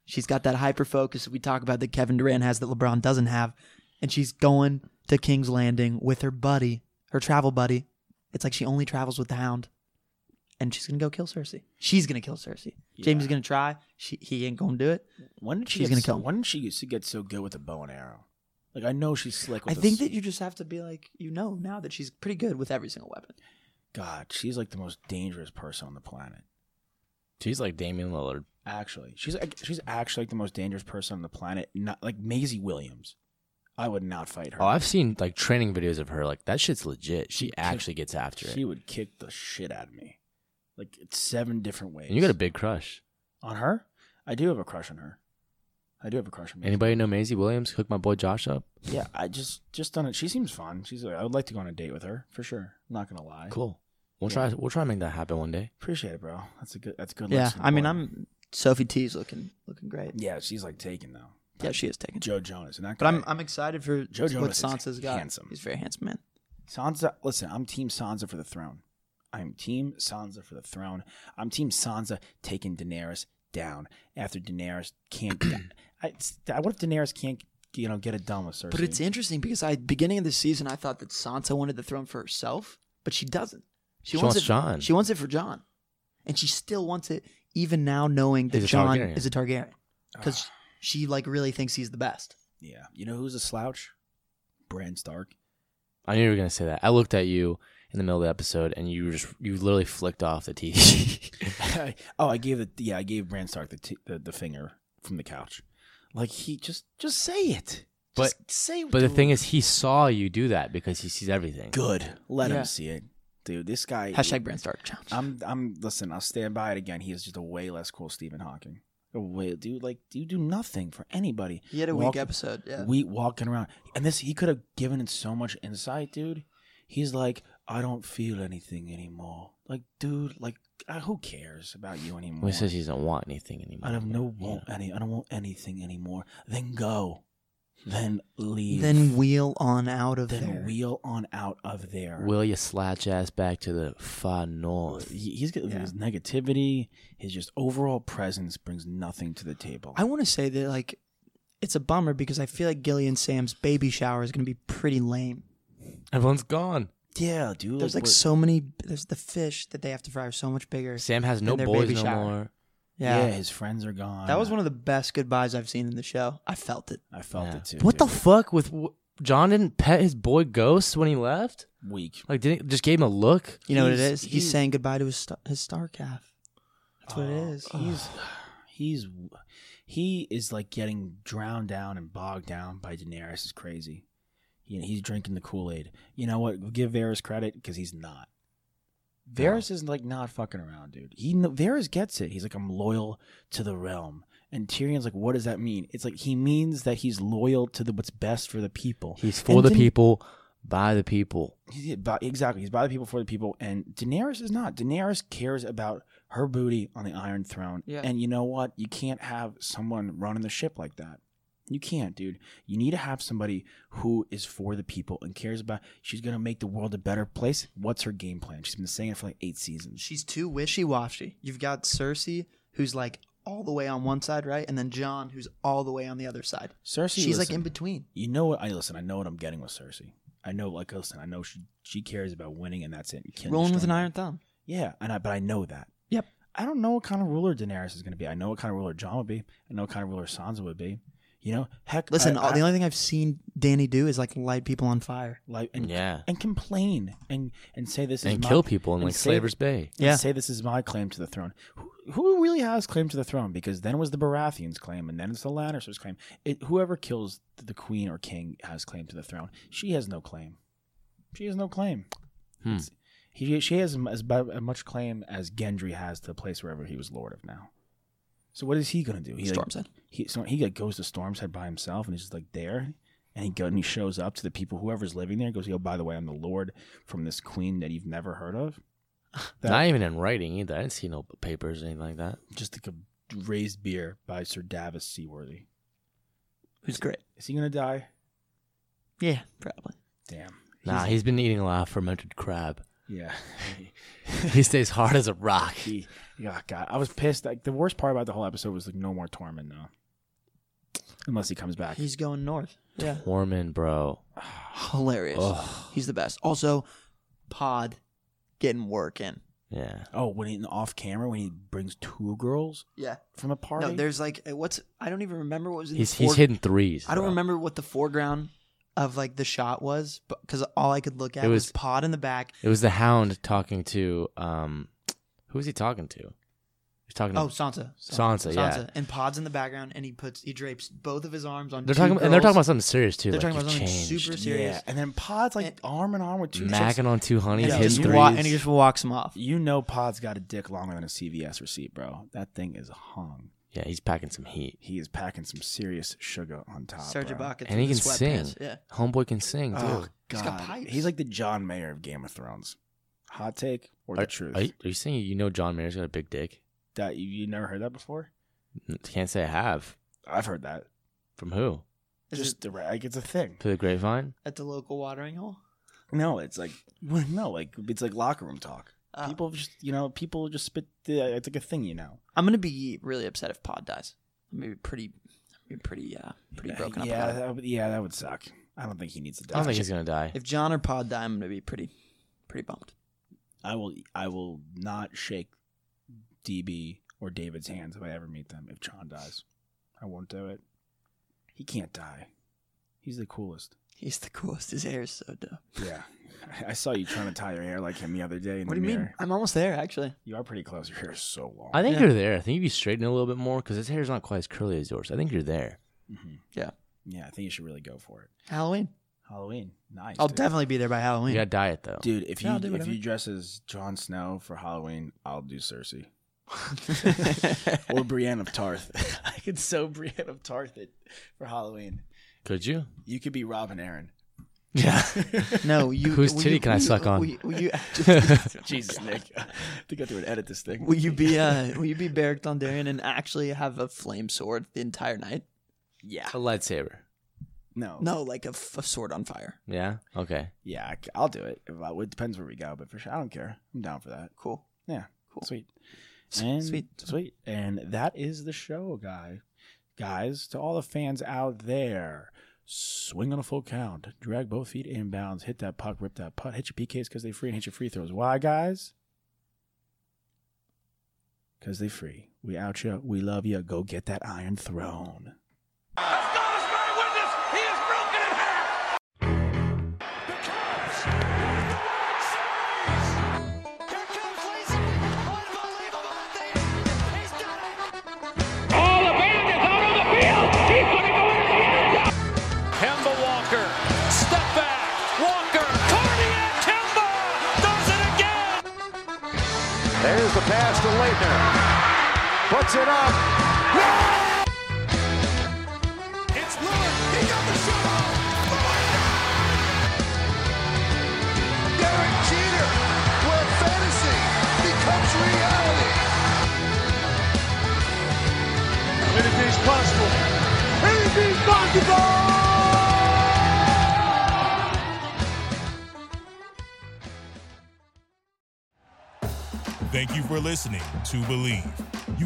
S7: She's got that hyper focus that we talk about that Kevin Durant has that LeBron doesn't have, and she's going to King's Landing with her buddy, her travel buddy. It's like she only travels with the Hound, and she's gonna go kill Cersei. She's gonna kill Cersei. Jamie's gonna try. She he ain't gonna do it.
S3: When did she
S7: she's
S3: get
S7: gonna
S3: so-
S7: kill him.
S3: When did she used to get so good with a bow and arrow? Like I know she's slick.
S7: I
S3: With a
S7: think
S3: s-
S7: that you just have to be like you know now that she's pretty good with every single weapon.
S3: God, she's like the most dangerous person on the planet.
S8: she's like Damian Lillard.
S3: Actually, she's like- she's actually like the most dangerous person on the planet. Not like Maisie Williams. I would not fight her.
S8: Oh, I've seen like training videos of her. Like that shit's legit. She actually gets after it.
S3: she would kick the shit out of me, like it's seven different ways.
S8: And you got a big crush.
S3: on her? I do have a crush on her. I do have a crush on Maisie.
S8: Anybody know Maisie Williams? Hook my boy Josh up.
S3: Yeah, I just just done it. She seems fun. She's I would like to go on a date with her for sure. I'm not gonna lie.
S8: Cool. We'll
S3: Yeah.
S8: try. We'll try to make that happen one day.
S3: Appreciate it, bro. That's a good. That's good.
S7: Yeah,
S3: looks and
S7: I mean
S3: boy.
S7: I'm Sophie T's looking looking great.
S3: Yeah, she's like taken though.
S7: Yeah, she is taken.
S3: Joe Jonas and that.
S7: But
S3: Guy,
S7: I'm I'm excited for
S3: Joe
S7: what
S3: Jonas is
S7: Sansa's got.
S3: handsome.
S7: He's a very handsome man.
S3: Sansa. Listen, I'm Team Sansa for the throne. I'm Team Sansa for the throne. I'm Team Sansa taking Daenerys down after Daenerys can't. I, it's- what if Daenerys can't, you know, get it done with Cersei?
S7: But it's interesting because I beginning of the season I thought that Sansa wanted the throne for herself, but she doesn't.
S8: She
S7: wants,
S8: wants
S7: it,
S8: Jon.
S7: She wants it for John, and she still wants it even now knowing that
S8: He's a
S7: John
S8: Targaryen.
S7: is a Targaryen because she like really thinks he's the best.
S3: yeah. You know who's a slouch? Bran Stark.
S8: I knew you were gonna say that. I looked at you in the middle of the episode, and you were just you literally flicked off the TV.
S3: oh, I gave the yeah, I gave Bran Stark the, t- the the finger from the couch. Like he just just say it.
S8: But-
S3: just say.
S8: but the thing is, he saw you do that because he sees everything.
S3: good. Let
S7: Yeah.
S3: him see it, dude. This guy.
S7: Hashtag Bran Stark challenge.
S3: I'm I'm listen. I'll stand by it again. He is just a way less cool Stephen Hawking. A Way, dude, like you do nothing for anybody.
S7: he had a
S3: Walk-
S7: weak episode. Yeah,
S3: We walking around, and this he could have given it so much insight, dude. He's like, I don't feel anything anymore. Like, dude, like uh, who cares about you anymore?
S8: He says he doesn't want anything anymore.
S3: I don't no want any. I don't want anything anymore. Then go, then leave.
S7: then wheel on out of
S3: then
S7: there.
S3: wheel on out of there.
S8: Will you slouch ass back to the far north?
S3: He- He's got his negativity. His just overall presence brings nothing to the table.
S7: I want to say that like it's a bummer because I feel like Gilly and Sam's baby shower is going to be pretty lame.
S8: Everyone's gone.
S3: yeah, dude.
S7: There's like
S3: what-
S7: so many. There's the fish that they have to fry are so much bigger.
S8: Sam has no
S7: And their
S8: boys
S7: baby
S8: no
S7: shower.
S8: more.
S3: yeah.
S7: Yeah.
S3: his friends are gone.
S7: that was one of the best goodbyes I've seen in the show. I felt it.
S3: I felt
S8: Yeah.
S3: it too.
S8: What the
S3: dude.
S8: fuck with w- John didn't pet his boy Ghost when he left?
S3: week?
S8: Like didn't just gave him a look?
S7: You know what it
S3: He's-
S7: is? He's,
S3: he-
S7: saying goodbye to his star, his star calf. That's what it
S3: Oh,
S7: is.
S3: He's he's he is like getting drowned down and bogged down by Daenerys. Is crazy. You know, he's drinking the Kool Aid. You know what? Give Varys credit because he's not. Varys is like not fucking around, dude. He kn- Varys gets it. He's like, I'm loyal to the realm. And Tyrion's like, what does that mean? It's like he means that he's loyal to the what's best for the people.
S8: He's for
S3: And
S8: the
S3: Dan-
S8: people, by the people.
S3: He's by, exactly. He's by the people for the people. And Daenerys is not. Daenerys cares about her booty on the Iron Throne.
S7: Yeah.
S3: And you know what? You can't have someone running the ship like that. You can't, dude. You need to have somebody who is for the people and cares about. She's gonna make the world a better place. What's her game plan? She's been saying it for like eight seasons.
S7: She's too wishy washy. You've got Cersei, who's like all the way on one side, right, and then John, who's all the way on the other side.
S3: Cersei,
S7: She's like
S3: listen.
S7: in between.
S3: You know what? I listen. I know what I'm getting with Cersei. I know, like, listen. I know she she cares about winning, and that's it. and killing
S7: Rolling with an
S3: strong-
S7: iron thumb.
S3: Yeah, and I but I know that.
S7: Yep.
S3: I don't know what kind of ruler Daenerys is going to be. I know what kind of ruler Jon would be. I know what kind of ruler Sansa would be. You know, heck,
S7: Listen,
S3: I-
S7: all,
S3: I-
S7: the only thing I've seen Danny do is like light people on fire.
S3: like and,
S8: Yeah.
S3: and complain and and say this is
S8: and
S3: my-
S8: kill people in like
S3: say-
S8: Slaver's Bay.
S3: and
S7: Yeah.
S3: say this is my claim to the throne. Who, who really has claim to the throne? Because then it was the Baratheons' claim, and then it's the Lannisters' claim. It, whoever kills the queen or king has claim to the throne. She has no claim. She has no claim.
S8: Hmm.
S3: It's- He, she has as bu- as much claim as Gendry has to the place wherever he was lord of now. So what is he gonna do? He like,
S7: Storm's Head.
S3: he so he like, goes to Storm's Head by himself and he's just like there, and he go and he shows up to the people whoever's living there. Goes, yo, by the way, I'm the Lord from this queen that you've never heard of. That-
S8: Not even in writing either. I didn't see no papers or anything like that.
S3: Just like a raised beer by Sir Davis Seaworthy.
S7: Who's great.
S3: Is he gonna die?
S7: Yeah, probably.
S3: Damn.
S8: Nah, he's been eating a lot of fermented crab.
S3: Yeah.
S8: he stays hard as a rock.
S3: he, yeah, God, I was pissed. Like the worst part about the whole episode was like no more Tormund now, unless he comes back.
S7: He's going north. Yeah.
S8: Tormund, bro.
S7: Hilarious. He's the best. Also, Pod getting work in.
S8: Yeah.
S3: oh, when he off camera when he brings two girls
S7: Yeah.
S3: from a party.
S7: No, there's like uh, what's I don't even remember what was in
S8: He's
S7: the
S8: he's
S7: fore-
S8: hitting threes.
S7: I don't
S8: bro.
S7: remember what the foreground of like the shot was, but because all I could look at
S8: It
S7: was,
S8: was-
S7: Pod in the back.
S8: It was the Hound talking to um, who was he talking to? He's talking.
S7: Oh,
S8: to,
S7: Sansa.
S8: Sansa, yeah.
S7: And Pod's in the background, and he puts he drapes both of his arms on.
S8: they're
S7: two
S8: talking, and they're talking about
S7: girls.
S8: something serious too.
S7: They're
S8: like,
S7: talking about
S8: you've
S7: something
S8: changed.
S7: super serious.
S3: yeah, and then Pod's like
S7: And-
S3: arm in arm with two chicks.
S8: Macking on two honeys,
S7: And,
S3: Yeah,
S7: he
S8: hitting
S7: just
S8: threes.
S7: wa- and he just walks him off.
S3: You know, Pod's got a dick longer than a CVS receipt, bro. That thing is hung.
S8: yeah, he's packing some heat,
S3: He is packing some serious sugar on top.
S7: Serge
S3: Ah, bro.
S7: Ibaka
S8: and
S7: through
S8: he
S7: the
S8: can sing.
S7: sweatpants. Yeah.
S8: Homeboy can sing
S7: Uh,
S8: too.
S3: Oh
S7: He's
S3: God,
S7: got
S3: he's,
S7: pipes.
S3: like the John Mayer of Game of Thrones. Hot take or
S8: are,
S3: the truth?
S8: Are you, are you saying you know John Mayer's got a big dick?
S3: that you, you never heard that before?
S8: N- Can't say I have.
S3: I've heard that.
S8: From who?
S7: Is
S3: Just
S7: it
S3: the ra- like it's a thing.
S8: To the grapevine?
S7: at the local watering hole?
S3: No, it's like no, like it's like locker room talk.
S7: Oh.
S3: People just you know people just spit. The, it's like a thing, you know.
S7: I'm gonna be really upset if Pod dies. I'm gonna be pretty, be pretty, uh, pretty broken
S3: yeah,
S7: up. about it.
S3: that would, yeah, that would suck. I don't think he needs to die.
S7: Uh,
S8: I don't think he's gonna die.
S7: If John or Pod die, I'm gonna be pretty, pretty bummed.
S3: I will. I will not shake DB or David's hands if I ever meet them. If John dies, I won't do it. He can't die. He's the coolest.
S7: He's the coolest. His hair is so dope.
S3: Yeah, I, I saw you trying to tie your hair like him the other day. In
S7: What do
S3: the
S7: you
S3: mirror.
S7: mean? I'm almost there, actually.
S3: You are pretty close. Your hair is so long.
S8: I think
S7: Yeah.
S8: you're there. I think if you straighten it a little bit more, because his hair's not quite as curly as yours. I think you're there.
S7: Yeah.
S3: yeah, I think you should really go for it.
S7: Halloween.
S3: Halloween, nice.
S7: I'll
S3: dude.
S7: definitely be there by Halloween.
S8: You got diet though.
S3: Dude, if you
S7: Yeah, I'll do
S3: if
S7: whatever.
S3: you dress as Jon Snow for Halloween, I'll do Cersei or Brienne of Tarth. I could so Brienne of Tarth it for Halloween.
S8: Could you?
S3: You could be Robin Aaron.
S8: Yeah.
S7: No, you.
S8: Whose
S7: will
S8: titty
S7: you-
S8: can I
S7: will you-
S8: suck on?
S7: Will you, will you,
S3: Jesus, Nick. I think I threw an edit this thing.
S7: will you be? Uh, will you be Beric Dondarrion and actually have a flame sword the entire night?
S3: Yeah.
S8: a lightsaber.
S3: No.
S7: No, like a, f- a sword on fire.
S8: Yeah. Okay.
S3: Yeah, I c- I'll do it. If I, it depends where we go, but for sure, I don't care. I'm down for that.
S7: Cool.
S3: Yeah.
S7: Cool.
S3: Sweet.
S7: S-
S3: And-
S7: sweet.
S3: Sweet. And that is the show, guy. Guys, to all the fans out there, swing on a full count, drag both feet inbounds, hit that puck, rip that putt, hit your PKs because they free, and hit your free throws. Why, guys? Because they free. We out you. We love you. Go get that Iron Throne.
S6: Kemba Walker, step back, Walker, Cardiac Kemba does it again.
S5: There's the pass to Leitner. Puts it up.
S6: It's Lillard. He got the shot off.
S5: Derek Jeter, where fantasy becomes reality. Anything's possible. Anything's possible.
S1: Thank you for listening to Believe. You